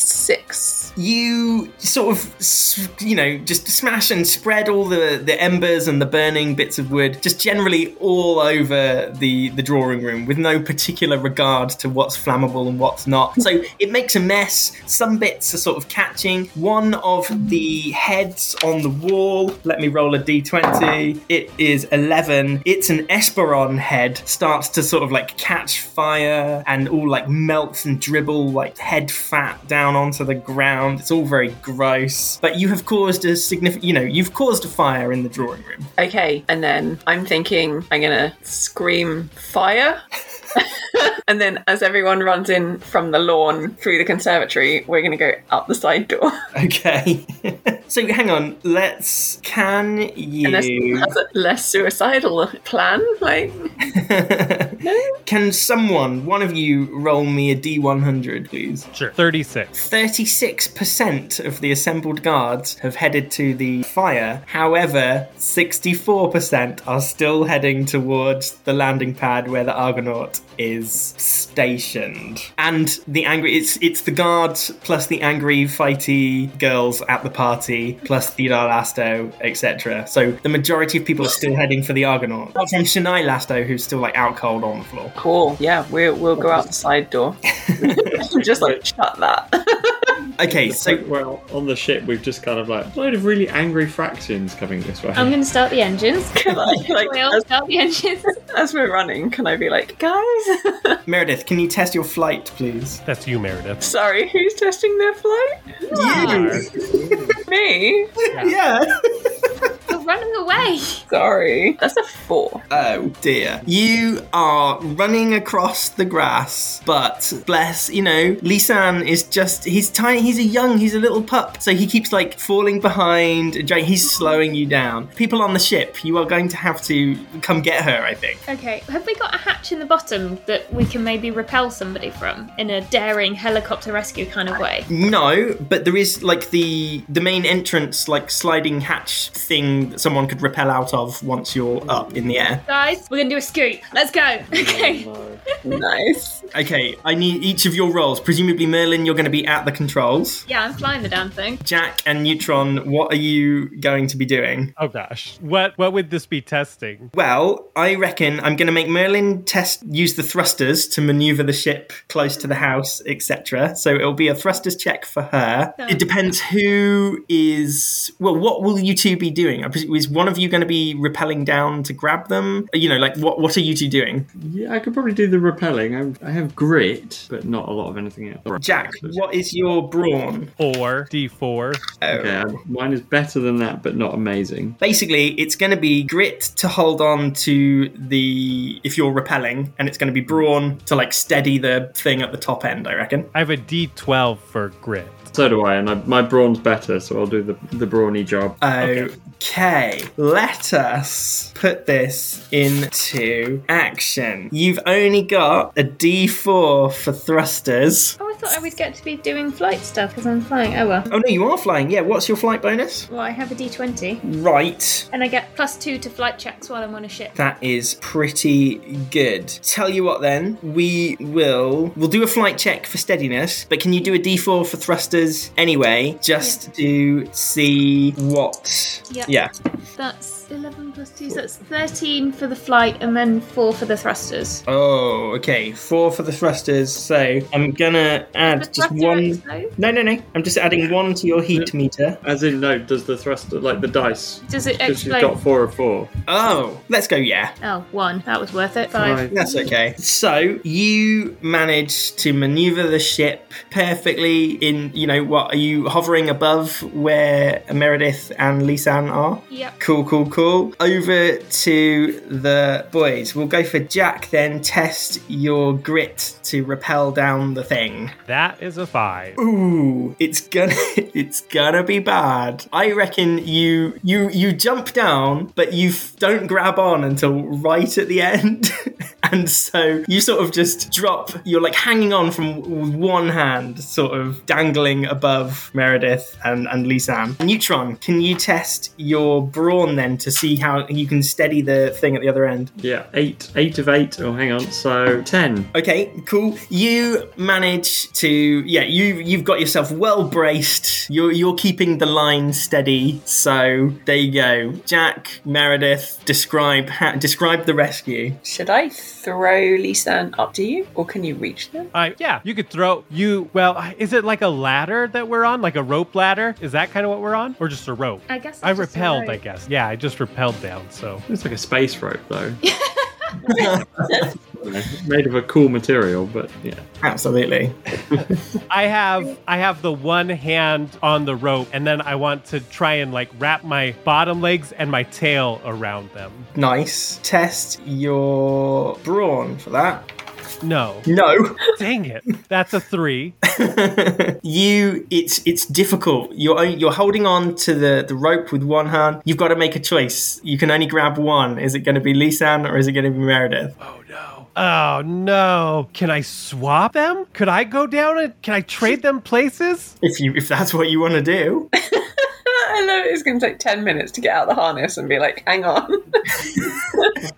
S7: Six.
S2: you sort of s- you know just smash and spread all the the embers and the burning bits of wood just generally all over the the drawing room with no particular regard to what's flammable and what's not so it makes a mess some bits are sort of catching one of the heads on the wall let me roll a d20 it is 11 it's an esperon head starts to sort of like catch fire and all like melts and dribble like head fat down onto the ground. It's all very gross. But you have caused a significant, you know, you've caused a fire in the drawing room.
S7: Okay, and then I'm thinking I'm gonna scream fire. and then as everyone runs in from the lawn through the conservatory, we're gonna go out the side door.
S2: Okay. So hang on, let's. Can
S7: Unless
S2: you?
S7: that's a less suicidal plan, like
S2: can someone, one of you, roll me a d100, please?
S8: Sure. 36.
S2: 36% of the assembled guards have headed to the fire. However, 64% are still heading towards the landing pad where the Argonaut is stationed. And the angry it's it's the guards plus the angry fighty girls at the party plus Theodore Lasto, etc. So the majority of people are still heading for the Argonaut. Apart from Shania Lasto who's still like out cold on the floor.
S7: cool. Yeah, we're, we'll go out the side door. Just like shut that.
S2: Okay, so
S6: well, on the ship, we've just kind of like a load of really angry fractions coming this way.
S9: I'm going to start the engines.
S7: like, like,
S9: we all
S7: as,
S9: start the engines.
S7: as we're running, can I be like, guys?
S2: Meredith, can you test your flight please?
S8: That's you, Meredith.
S7: Sorry, who's testing their flight? Me.
S2: Yeah.
S9: We're running away.
S7: Sorry, that's a four.
S2: Oh dear. You are running across the grass, but bless, you know, Lisan is just he's tiny he's a young, he's a little pup, so he keeps like falling behind and dra- he's slowing you down. People on the ship, you are going to have to come get her, I think.
S9: Okay, have we got a hatch in the bottom that we can maybe repel somebody from in a daring helicopter rescue kind of way?
S2: No, but there is like the the main entrance like sliding hatch thing that someone could repel out of once you're up in the air.
S9: Guys, we're going to do a scoop. Let's go. Okay.
S7: Nice.
S2: Okay, I need each of your roles. Presumably Merlin, you're going to be at the controls.
S9: Yeah, I'm flying the damn thing.
S2: Jack and Neutron, what are you going to be doing?
S8: Oh gosh. What what would this be testing?
S2: Well, I reckon I'm going to make Merlin test use the thrusters to maneuver the ship close to the house, etc. So it'll be a thrusters check for her. It depends who is well. What will you two be doing? I presume- Is one of you going to be rappelling down to grab them? You know, like what? What are you two doing?
S6: yeah, I could probably do the repelling. I, I have grit, but not a lot of anything else.
S2: Jack, what is your brawn?
S8: Four D four.
S6: Okay, I- mine is better than that, but not amazing.
S2: Basically, it's going to be grit to hold on to the if you're rappelling, and it's going to be brawn to like steady the thing at the top end. I reckon.
S8: I have a D twelve for grit.
S6: So do I, and I, my brawn's better, so I'll do the the brawny job.
S2: Okay. let us put this into action. You've only got a D4 for thrusters.
S9: Oh, I thought I would get to be doing flight stuff because I'm flying. Oh well.
S2: Oh no, you are flying. Yeah, what's your flight bonus?
S9: Well, I have a d20
S2: Right.
S9: and I get plus two to flight checks while I'm on a ship.
S2: That is pretty good. Tell you what then, we will we'll do a flight check for steadiness, but can you do a D4 for thrusters anyway, just to see what
S9: Yeah.
S2: yeah.
S9: That's 11 plus 2, so that's 13 for the flight and then 4 for the thrusters.
S2: Oh, okay. Four for the thrusters. So I'm gonna
S9: The
S2: add just
S9: thruster
S2: one.
S9: explode?
S2: No, no, no. I'm just adding one to your heat meter.
S6: As in, no, does the thruster like the dice?
S9: Does it
S6: Because she's got
S9: explode?
S6: four or four.
S2: Oh, let's go. Yeah,
S9: Oh, one. That was worth it. Five.
S6: Right.
S2: that's okay. So you manage to maneuver the ship perfectly. In you know what? Are you hovering above where Meredith and Lisan are?
S9: Yep.
S2: Cool, cool, cool. Over to the boys. We'll go for Jack then. Test your grit to rappel down the thing.
S8: That is a five.
S2: Ooh, it's gonna it's gonna be bad. I reckon you you you jump down, but you f- don't grab on until right at the end. And so you sort of just drop, you're like hanging on from w- one hand, sort of dangling above Meredith and, and Lisanne. Neutron, can you test your brawn then to see how you can steady the thing at the other end?
S6: Yeah, eight, eight of eight. Oh, hang on. So ten.
S2: Okay, cool. You manage to yeah, you you've got yourself well braced. You're you're keeping the line steady. So there you go. Jack, Meredith, describe ha- describe the rescue.
S7: Should I throw Lisan up to you, or can you reach them?
S8: I Uh, yeah, you could throw you well, is it like a ladder that we're on? Like a rope ladder? Is that kind of what we're on? Or just a rope?
S9: I guess.
S8: I
S9: it's just a
S8: repelled,
S9: rope.
S8: I guess. Yeah, I just repelled down, so
S6: It's like a space rope, though. You know, Made of a cool material, but yeah.
S2: Absolutely.
S8: I have I have the one hand on the rope and then I want to try and like wrap my bottom legs and my tail around them.
S2: Nice. Test your brawn for that.
S8: No.
S2: No.
S8: Dang it. That's a three.
S2: you it's it's difficult you're on- you're holding on to the the rope with one hand you've got to make a choice you can only grab one is it going to be lisan or is it going to be meredith
S8: Oh no. Oh no. Can I swap them? Could I go down and can I trade them places?
S2: if you if that's what you want to do
S7: I know it's going to take 10 minutes to get out of the harness and be like, hang on.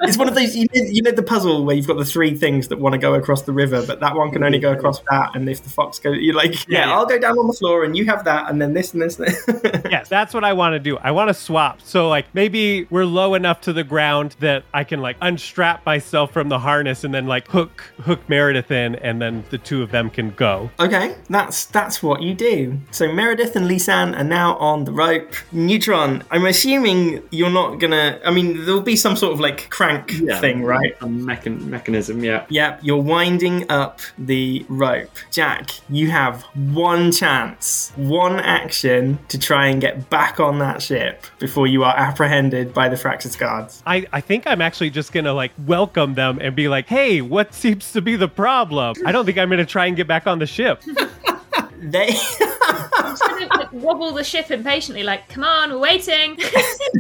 S2: it's one of those you know, you know the puzzle where you've got the three things that want to go across the river but that one can only go across that and if the fox goes you're like yeah,
S8: yeah.
S2: i'll go down on the floor and you have that and then this and this, and this.
S8: Yes, that's what I want to do. I want to swap. So like maybe we're low enough to the ground that I can like unstrap myself from the harness and then like hook hook Meredith in and then the two of them can go.
S2: Okay, that's that's what you do. So Meredith and Lisanne are now on the rope. Neutron, I'm assuming you're not gonna. I mean, there'll be some sort of like crank thing, right?
S6: A mechan- mechanism, yeah.
S2: Yep, you're winding up the rope. Jack, you have one chance, one action to try and get back on that ship before you are apprehended by the Fractus Guards.
S8: I, I think I'm actually just gonna like welcome them and be like, hey, what seems to be the problem? I don't think I'm gonna try and get back on the ship.
S2: They.
S9: wobble the ship impatiently, like, come on, we're waiting.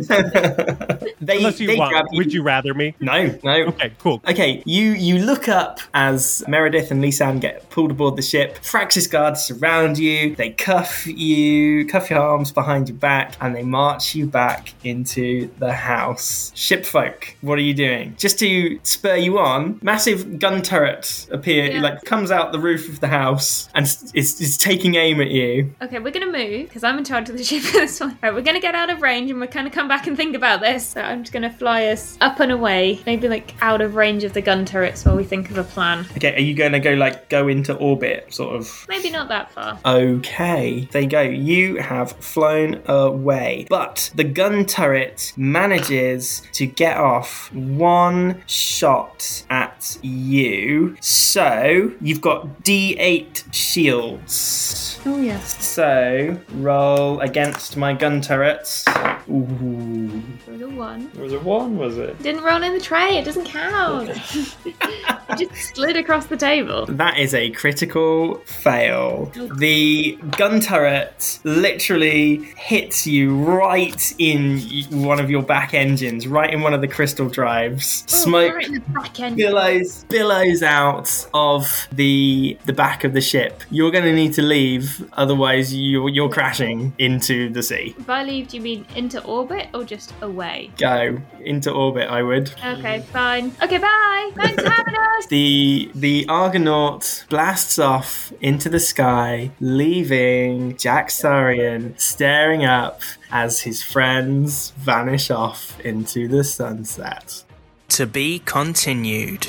S2: they
S8: Unless you
S2: they
S8: want.
S2: grab
S8: Would you rather me?
S2: No, no.
S8: Okay, cool.
S2: Okay, you you look up as Meredith and Lisanne get pulled aboard the ship. Fraxis guards surround you. They cuff you, cuff your arms behind your back, and they march you back into the house. Shipfolk, what are you doing? Just to spur you on, massive gun turret appear
S9: Yeah.
S2: like comes out the roof of the house and s- is, is taking aim at you.
S9: okay, we're gonna move, because I'm in charge of the ship for this one. Right, we're gonna get out of range and we're gonna come back and think about this. So I'm just gonna fly us up and away, maybe like out of range of the gun turrets while we think of a plan.
S2: Okay, are you going to go like go into orbit, sort of?
S9: Maybe not that far.
S2: Okay, there you go. You have flown away. But the gun turret manages to get off one shot at you. So you've got D8 shields.
S9: Oh, yeah.
S2: So roll against my gun turrets. Ooh.
S9: It was a one.
S6: Was it one, was it?
S9: Didn't roll in the tray, it doesn't count. it just slid across the table.
S2: That is a critical fail. The gun turret literally hits you right in one of your back engines, right in one of the crystal drives. Smoke
S9: Right in the back end.
S2: billows billows out of the the back of the ship. You're going to need to leave, otherwise you you're crashing into the sea.
S9: If I leave, do you mean into orbit or just away?
S2: Go into orbit, I would.
S6: Mm.
S9: Okay, fine. Okay, bye. Thanks for having us.
S2: The the Argonaut blasts off into the sky, leaving Jack Sarian staring up as his friends vanish off into the sunset. To be continued.